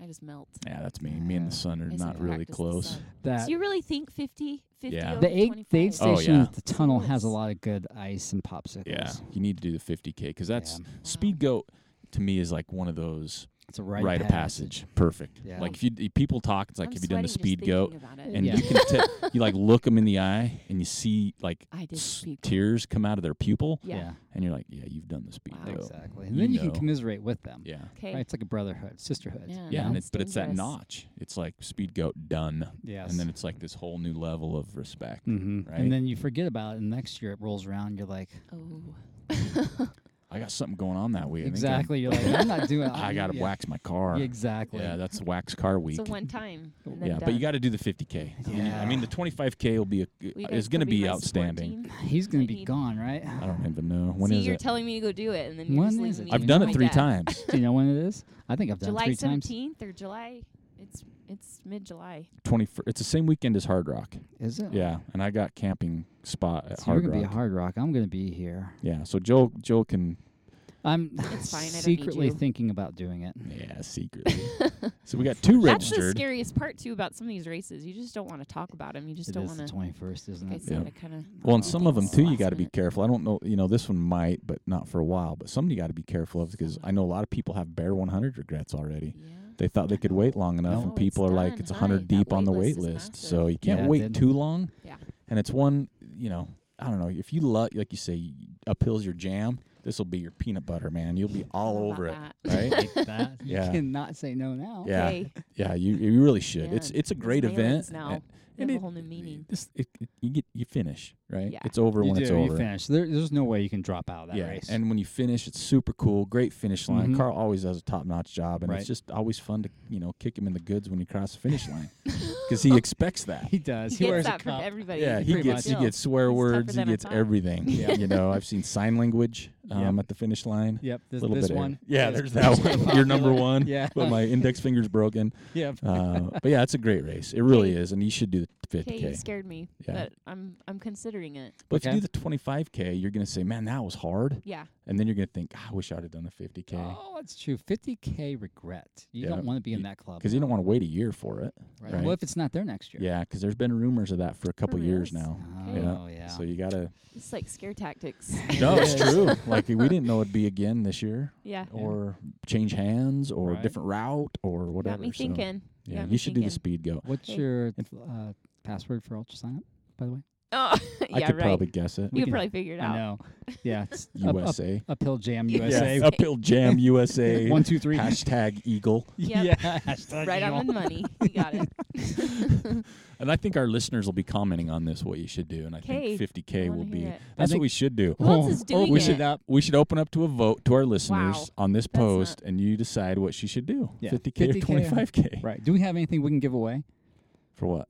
I just melt.
yeah, that's me. Me and the sun are
I just
not really
practice the
close.
sun.
That
So you really think 50, 50
Yeah.
over
the aid, the aid
25?
Oh,
station
yeah.
at the tunnel has a
Yes.
lot of good ice and popsicles.
Yeah, you need to do the 50k because that's
Yeah.
speed goat to me is like one of those
It's a
rite,
rite,
of passage. Perfect.
Yeah.
Like if you if people talk, it's like
I'm
have you done the
sweating
speed
just
goat?
thinking about it.
And
Yeah.
you can tip, you like look them in the eye and you see like
I did
s-
Speed Goat.
tears come out of their pupil,
yeah.
and you're like, yeah, you've done the speed
Wow.
goat.
Exactly. And
You
then you
know.
can commiserate with them.
Yeah.
Okay.
Right? It's like a brotherhood, sisterhood.
Yeah.
Yeah, and
that's
it's, but it's that
dangerous.
notch. It's like speed goat done.
Yes.
And then it's like this whole new level of respect.
hmm
Right?
And then you forget about it, and next year it rolls around. You're like,
Oh.
I got something going on that week. I think I'm-
exactly. You're like, I'm not doing.
I got to
yeah.
wax my car.
Yeah, exactly.
Yeah, that's wax car week.
So one time. and then
yeah, but you
done.
got to do the 50k. I mean, I
Yeah.
mean, the 25k will be a,
Will you guys
is going to
still
be
my
outstanding.
14?
He's gonna
I
be
need-
gone, right?
I don't even know when
See,
is
you're
it.
telling me to go do it, and then you're
When
just
is
leaving
it?
me
I've
to
done
my
it three
death.
times.
Do you know when it is? I think I've done
July
three times.
17th or July. It's it's mid July.
20. It's the same weekend as Hard Rock.
Is it?
Yeah, and I got camping spot at
So you're
Hard
gonna
Rock.
be a hard rock. I'm gonna be here.
yeah, so Joel Joel can
I'm
It's fine, I don't need
secretly
you.
thinking about doing it.
yeah secretly. so we got two
That's
registered.
the scariest part too about some of these races. You just don't want to talk about them. You just
It
don't
is
want
the
to.
21st, isn't
I
it?
said
Yeah.
I kind of.
Well, and some of them too, you
Last
got to be
minute.
careful. I don't know, you know, this one might, but not for a while. But somebody got to be careful of because I know a lot of people have bare 100 regrets already.
Yeah.
They thought they could wait long enough,
No,
and
it's
people are like,
done.
it's
Hi,
100
that
deep on the wait
wait list is
list,
massive.
so you can't
Yeah, it
wait
did.
too long.
Yeah.
And it's one, you know, I don't know if you lo- like you say uphill's your jam. This will be your peanut butter, man. You'll be all
All
over it,
about
right?
Like that.
Yeah.
You cannot say no now.
Yeah.
Okay.
yeah, you you really should.
Yeah,
It's it's a
these
great
mailings
event.
now.
and-
They
and
have a
it-
whole new meaning.
This, it, it- you get you finish right.
Yeah.
It's over
You
when
do.
it's
you
over.
finish. There, there's no way you can drop out of that race.
And when you finish, it's super cool. Great finish line.
Mhm.
Carl always does a top notch job, and
Right.
it's just always fun to you know kick him in the goods when you cross the finish line because he expects that.
he does.
He
He,
gets
wears
that
a
from
cup.
everybody.
Yeah, he
pretty
gets he
much.
gets swear
He's tougher
words. He
than I
gets
thought.
everything.
Yeah.
You know, I've seen sign language um,
Yep.
at the finish line.
Yep. This,
Little
this
bit of-
one.
Yeah,
is
there's that
pretty
one. You're number
popular.
one.
Yeah.
But my index finger's broken.
Yep.
Uh, but yeah, it's a great race. It really
Okay.
is, and you should do the
Okay, you
50k.
scared me,
Yeah.
but I'm I'm considering it.
But if you
Okay.
do the 25k, you're gonna say, "Man, that was hard,"
Yeah.
and then you're gonna think, "Ah, "I wish I'd have done the 50k."
Oh, that's true. 50k regret. You
Yeah.
don't want to be in
You-
that club.
because you don't want to wait a year for it.
Right.
right.
What if it's not there next year?
Yeah, because there's been rumors of that for a couple years
reals?
now.
Oh yeah.
So you gotta.
It's like scare tactics.
No,
It
it's
is.
true. Like we didn't know it'd be again this year,
yeah.
or change hands, or
Right.
different route, or whatever.
Got me
so,
thinking.
yeah,
Got
you
me
should do
thinking.
the speed go.
What's
Okay.
your
And-
uh, password for Ultra Sign Up? By the way.
Oh, yeah,
I could
right.
probably guess it.
you could
can-
probably figure it out.
I know. Yeah. It's up- up-
USA.
uphill jam
Yeah.
USA.
Yeah, uphill jam USA.
One two three.
Hashtag Eagle.
Yep.
Yeah. hashtag
Right
you
on
know.
the money. You got it.
And I think our listeners will be commenting on this what you should do, and I
Okay.
think 50k
I
will
wanna
be.
hear it.
That's what
think-
we should do.
Who else is doing
Oh, we
it?
should
up.
We should open up to a vote to our listeners
Wow.
on this
That's
post, and you decide what she should do:
Yeah.
50k,
50K.
or 25k.
Right. Do we have anything we can give away?
For what?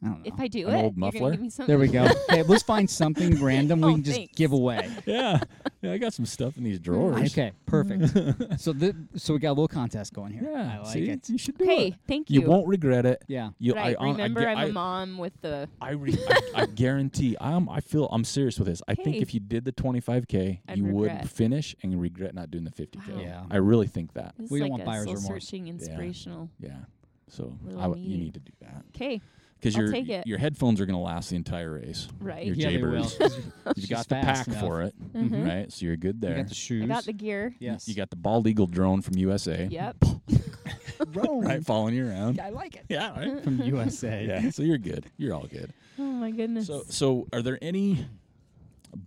I don't know.
If I do
An
it,
old
you're
muffler?
gonna give me
there
something.
we go. hey, let's find something random we
Oh,
can just
thanks.
give away.
Yeah, yeah. I got some stuff in
Hmm.
these drawers.
Okay, perfect. so th- so we got a little contest going here.
Yeah.
I like
see,
it.
you should do
Okay,
it.
thank
You
you.
won't regret it.
Yeah.
You,
right.
I, hon-
Remember,
I,
I, am
gu-
a mom with the.
I, I, re- I, I guarantee. I'm. I feel. I'm serious with this. I think
Okay.
if you did the 25k,
I'd
you
regret.
would finish and regret not doing the 50k.
Wow.
Yeah.
I really think that.
This
We don't
is like
want
a
buyer's remorse.
soul-searching, inspirational.
Yeah. So
Little
I w- you
me.
need to do that
Okay,
because
I'll
your
take it.
your headphones are going to last the entire race.
right.
Your
Yeah, they will.
Jaybirds. You've
She's
got the
fast
pack
enough.
for it,
Mhm.
right? So you're good
You
there.
got the shoes.
I got the gear.
Y-
yes.
You got the bald eagle drone from USA.
Yep.
Rome.
right? Following you around.
I like it.
Yeah, right.
From
Mm-hmm.
USA.
Yeah. So you're good. You're all good.
Oh my goodness.
So, so are there any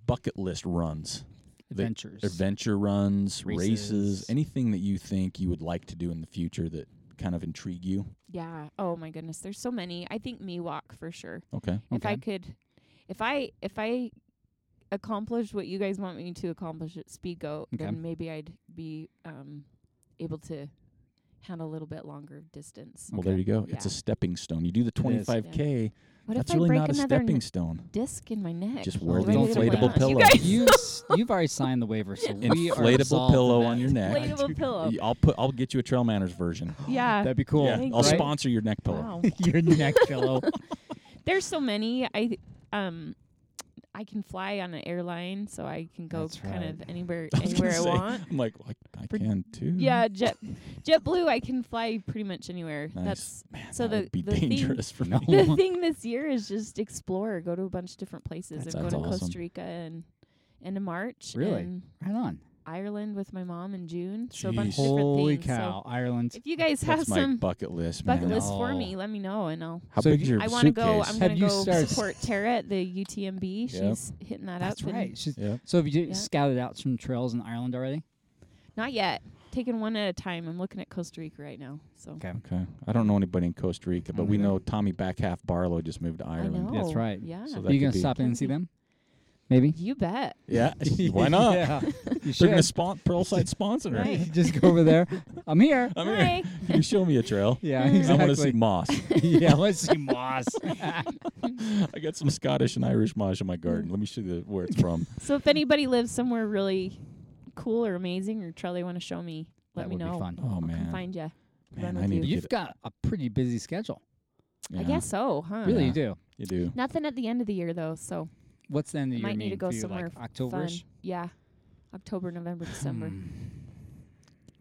bucket list runs, that-
Adventures.
adventure runs, races.
Races.
anything that you think you would like to do in the future that kind of intrigue you?
yeah. Oh my goodness. There's so many. I think Miwok for sure.
Okay.
If I could, if I if I accomplished what you guys want me to accomplish at Speedgoat,
Okay.
then maybe I'd be um, able to handle a little bit longer of distance.
Well, there you go. It's a
Yeah.
stepping stone. You do the
It is.
25K.
What
That's
if
really
I break
not a
another
stepping
n-
stone.
disc in my neck?
Just
I'll
wear the
ready to
inflatable
lay on.
pillow.
You guys,
You s- you've already signed the waiver, so we are
Inflatable
absolved of
pillow
that.
on your neck.
inflatable pillow.
Y- I'll put. I'll get you a Trail Manners version.
Yeah.
That'd be cool.
Yeah,
Thank
I'll
you.
right?
sponsor your neck pillow.
Wow.
your neck pillow.
There's so many. I um I can fly on an airline, so I can go
That's
kind
right.
of anywhere
I was gonna
anywhere I
say,
want.
I'm like, like, I
For-
can too.
Yeah, jet JetBlue, I can fly pretty much anywhere.
Nice.
That's
Man, that
so the
would be
the
dangerous for
No.
me.
thing the thing this year is just explore, go to a bunch of different places.
That
I'm
sounds
going to Costa
awesome.
Rica and end of March.
Really?
And
Right on.
Ireland with my mom in June. So a bunch of different
Holy
things. So
cow, Ireland.
if you guys have
That's my
some
bucket list, man.
bucket list for
No.
me, let me know and I'll
How
So
big's
you-
your
I
want to
go.
Have
I'm going to
you
go
started-
support Tara at the UTMB.
Yep.
She's hitting that
That's
up. and-
right. She's-
Yeah.
So have you
Yeah.
scouted out some trails in Ireland already?
Not yet. Taking one at a time. I'm looking at Costa Rica right now. So
Okay.
Okay. I don't know anybody in Costa Rica, but we
Mhm.
know Tommy Back Half Barlow just moved to Ireland.
I know.
That's right.
Yeah.
So
Are
that
you
could
gonna
be-
stop in and see them? Maybe.
you bet.
Yeah. Why not?
yeah, you
They're going to
should.
spon- Pearl Site sponsor.
Right.
You just go over there. I'm here.
I'm here.
Hi.
You show me a trail.
Yeah,
I want to see
exactly.
moss.
yeah, let's see moss.
I got some Scottish and Irish moss in my garden. Let me show you where it's from.
So if anybody lives somewhere really cool or amazing or trail they want to show me, let
that
me
would
know.
be fun.
Oh,
I'll
man.
come find you.
Man,
Run
I
with
need
you.
to
You've
get-
got a pretty busy schedule.
I
Yeah,
guess so, huh?
Really,
Yeah.
you do.
You do.
Nothing at the end of the year though, so
What's the end of
I
your
might need to
mean
go
for you,
somewhere
like October?
fun. Yeah. October, November, December.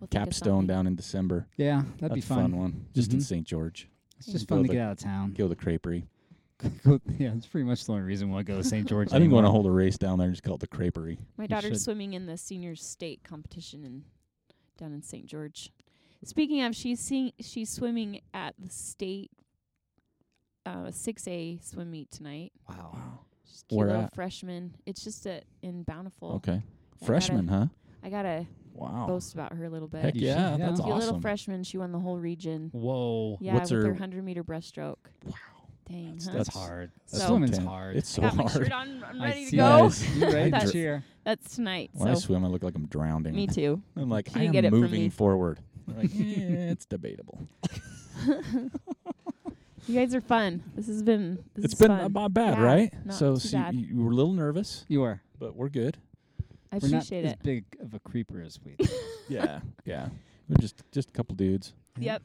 We'll think of
Hmm. Capstone
something.
down in December.
Yeah, that'd
That's
be
a fun
fun.
one. Mm-hmm. Just in
Mm-hmm.
Mhm.
St. George.
It's just
Go
fun to
the-
get out of town.
Go to the Crapery.
Go- yeah, it's pretty much the only reason why I go to St. George.
I think we want to
anymore.
hold a race down there and just call it the Crapery.
My
You
daughter's
should.
swimming in the senior state competition in down in St. George. Speaking of, she's seeing she's swimming at the state uh six A swim meet tonight.
Wow.
She's a cute
Where
little
at?
freshman. It's just at in Bountiful.
Okay.
gotta-
Freshman, huh?
I gotta
Wow.
boast about her a little bit.
Heck
You should,
yeah,
yeah.
that's
Cute little
awesome.
freshman. She won the whole region.
Whoa.
Yeah,
What's
with her,
her-
hundred meter breaststroke. Wow. Dang,
That's-
huh?
That's
That's-
hard.
that's
Swimming's
intense.
hard.
It's so
I got my
hard.
shirt on. I'm
I
ready to
see
go.
that. You ready
That's-
to cheer?
That's tonight.
When I
so
swim, I look like I'm drowning.
me too.
I'm like,
You
I
didn't
am
get it from
moving
me.
forward. They're like, yeah, it's debatable.
You guys are fun. This has been. This
it's
is
been
fun.
not bad,
Yeah,
right?
not
so
too
so
bad.
You, you were a little nervous,
You are.
but we're good.
I
We're not
appreciate
as
it.
big of a creeper as we.
Yeah, yeah. We're just just a couple dudes.
Yep.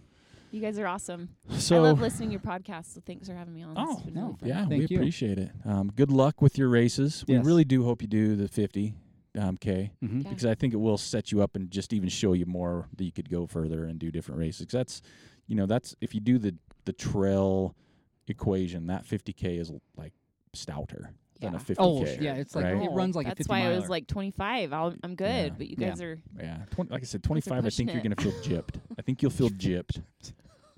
You guys are awesome.
So
I love listening to your podcast, so thanks for having me on.
Oh,
It's been
no,
really fun.
yeah,
Thank
we
you.
appreciate it. Um, good luck with your races.
Yes.
We really do hope you do the 50 um, K
Mhm.
Yeah.
because I think it will set you up and just even show you more that you could go further and do different races. 'Cause that's, you know, that's if you do the the trail equation, that 50k is like stouter than a
Yeah.
50k.
Oh, yeah, it's like
right?
it runs like a
That's
50
why I was
miler.
like 25. I'll, I'm good,
Yeah.
but you
Yeah.
guys are.
Yeah, Twen- like I said,
Guys are
25. I
pushing
think you're
it.
gonna feel gypped. I think you'll feel gypped.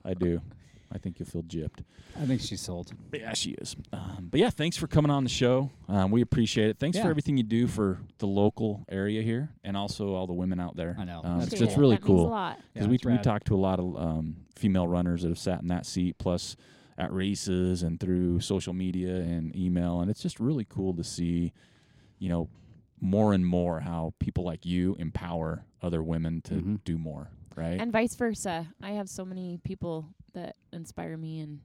I do. I think you'll feel gypped.
I think she's sold.
Yeah, she is. Um, but yeah, thanks for coming on the show. Um, we appreciate it. Thanks
Yeah.
for everything you do for the local area here, and also all the women out there.
I know.
Um, it's,
That's
Appreciate
it's
it.
really
that Means a
cool
lot.
Yeah,
we
it's
we
rad.
talked to a lot of um, female runners that have sat in that seat, plus at races and through social media and email, and it's just really cool to see, you know, more and more how people like you empower other women to
Mhm.
do more. Right?
And vice versa. I have so many people that inspire me, and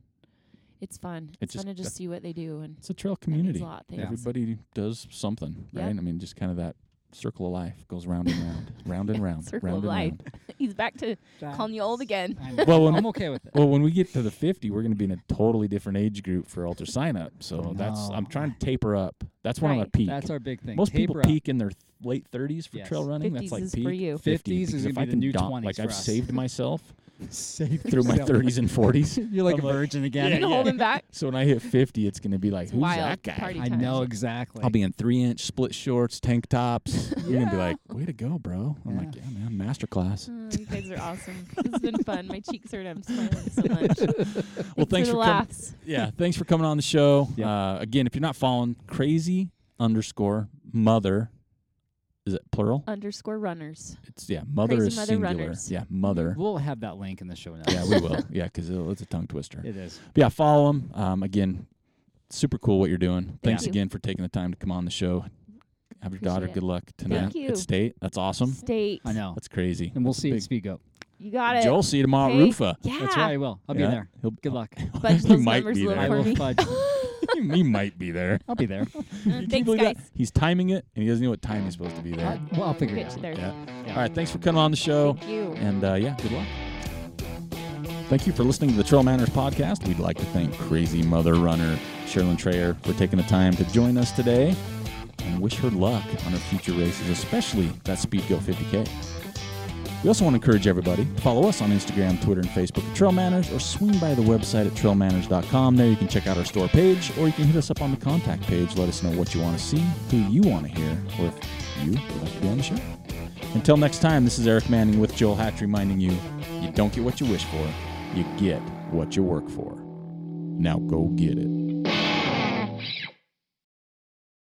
it's fun. It's
just-
fun to just see what they do, and
it's a trail
that means
community.
a lot. Thanks.
Yeah.
Everybody does something,
Yep.
right? I mean, just kind of that circle of life goes round and round, round and round,
Circle
round
of
and
life.
round.
He's back to calling you old again.
Well,
Well,
when-
I'm okay with it.
Well, when we get to the 50, we're going to be in a totally different age group for ultra sign up. So that's I'm
No.
trying to taper up. That's when I'm going
Right.
to peak.
That's our big thing.
Most people
Taper up.
peak in their th- late 30s for
Yes.
trail running.
50s
That's like
is
peak.
for you.
50,
50s is
because
gonna
if
be
I
the
can
new
dom-
20s
Like
for
I've
us.
saved myself
Save
through my
yourself.
30s and 40s.
You're like
I'm
a
like,
virgin
You
again.
can hold him back.
So when I hit 50, it's going to be like, who's
wild
that guy?
party
I
times.
know exactly.
I'll be in three inch split shorts, tank tops. You're going to be like, way to go, bro. I'm like, yeah, man, masterclass.
Oh, you guys are awesome. This has been fun. My cheeks hurt. I'm smiling so much. well,
Well, thanks for
for the
coming.
laughs.
Yeah, thanks for coming on the show.
Yeah.
Uh, again, if you're not following, crazy underscore mother. Is it plural?
Underscore runners.
It's yeah, mother
Uh, Crazy
is
Mother
singular.
Runners. Mm-hmm.
Yeah, mother.
We'll have that link in the show notes.
yeah, we will. Yeah, because it's a tongue twister.
it is.
But yeah, follow them. Um, again, super cool what you're doing. Thanks
you.
again for taking the time to come on the show. Have your daughter.
Appreciate it.
Good luck tonight
Thank you.
at state. That's awesome.
State.
I know.
That's crazy.
And we'll
That's a
see you at
big-
Speed Goat.
You got it.
Joel, see you tomorrow at
Okay.
Rufa.
Yeah.
That's right. I will. I'll
Yeah,
be there.
He'll,
Good luck.
Bunch
You
those
might
numbers
be
look
there.
I
for
will
me.
fudge.
he might be there.
I'll be there.
Mm,
Can you
Thanks,
believe
guys.
that? He's timing it, and he doesn't know what time he's supposed to be there.
Well, I'll figure it
Good.
out.
There's
Yeah. All right. Thanks for coming on the show.
Thank you.
And uh, yeah, good luck. Thank you for listening to the Trail Manners podcast. We'd like to thank crazy mother runner Sherilyn Trayer for taking the time to join us today and wish her luck on her future races, especially that Speed Go 50K. We also want to encourage everybody to follow us on Instagram, Twitter, and Facebook at Trail Manners or swing by the website at trailmanners.com. There you can check out our store page or you can hit us up on the contact page. Let us know what you want to see, who you want to hear, or if you would like to be on the show. Until next time, this is Eric Manning with Joel Hatch reminding you you don't get what you wish for, you get what you work for. Now go get it.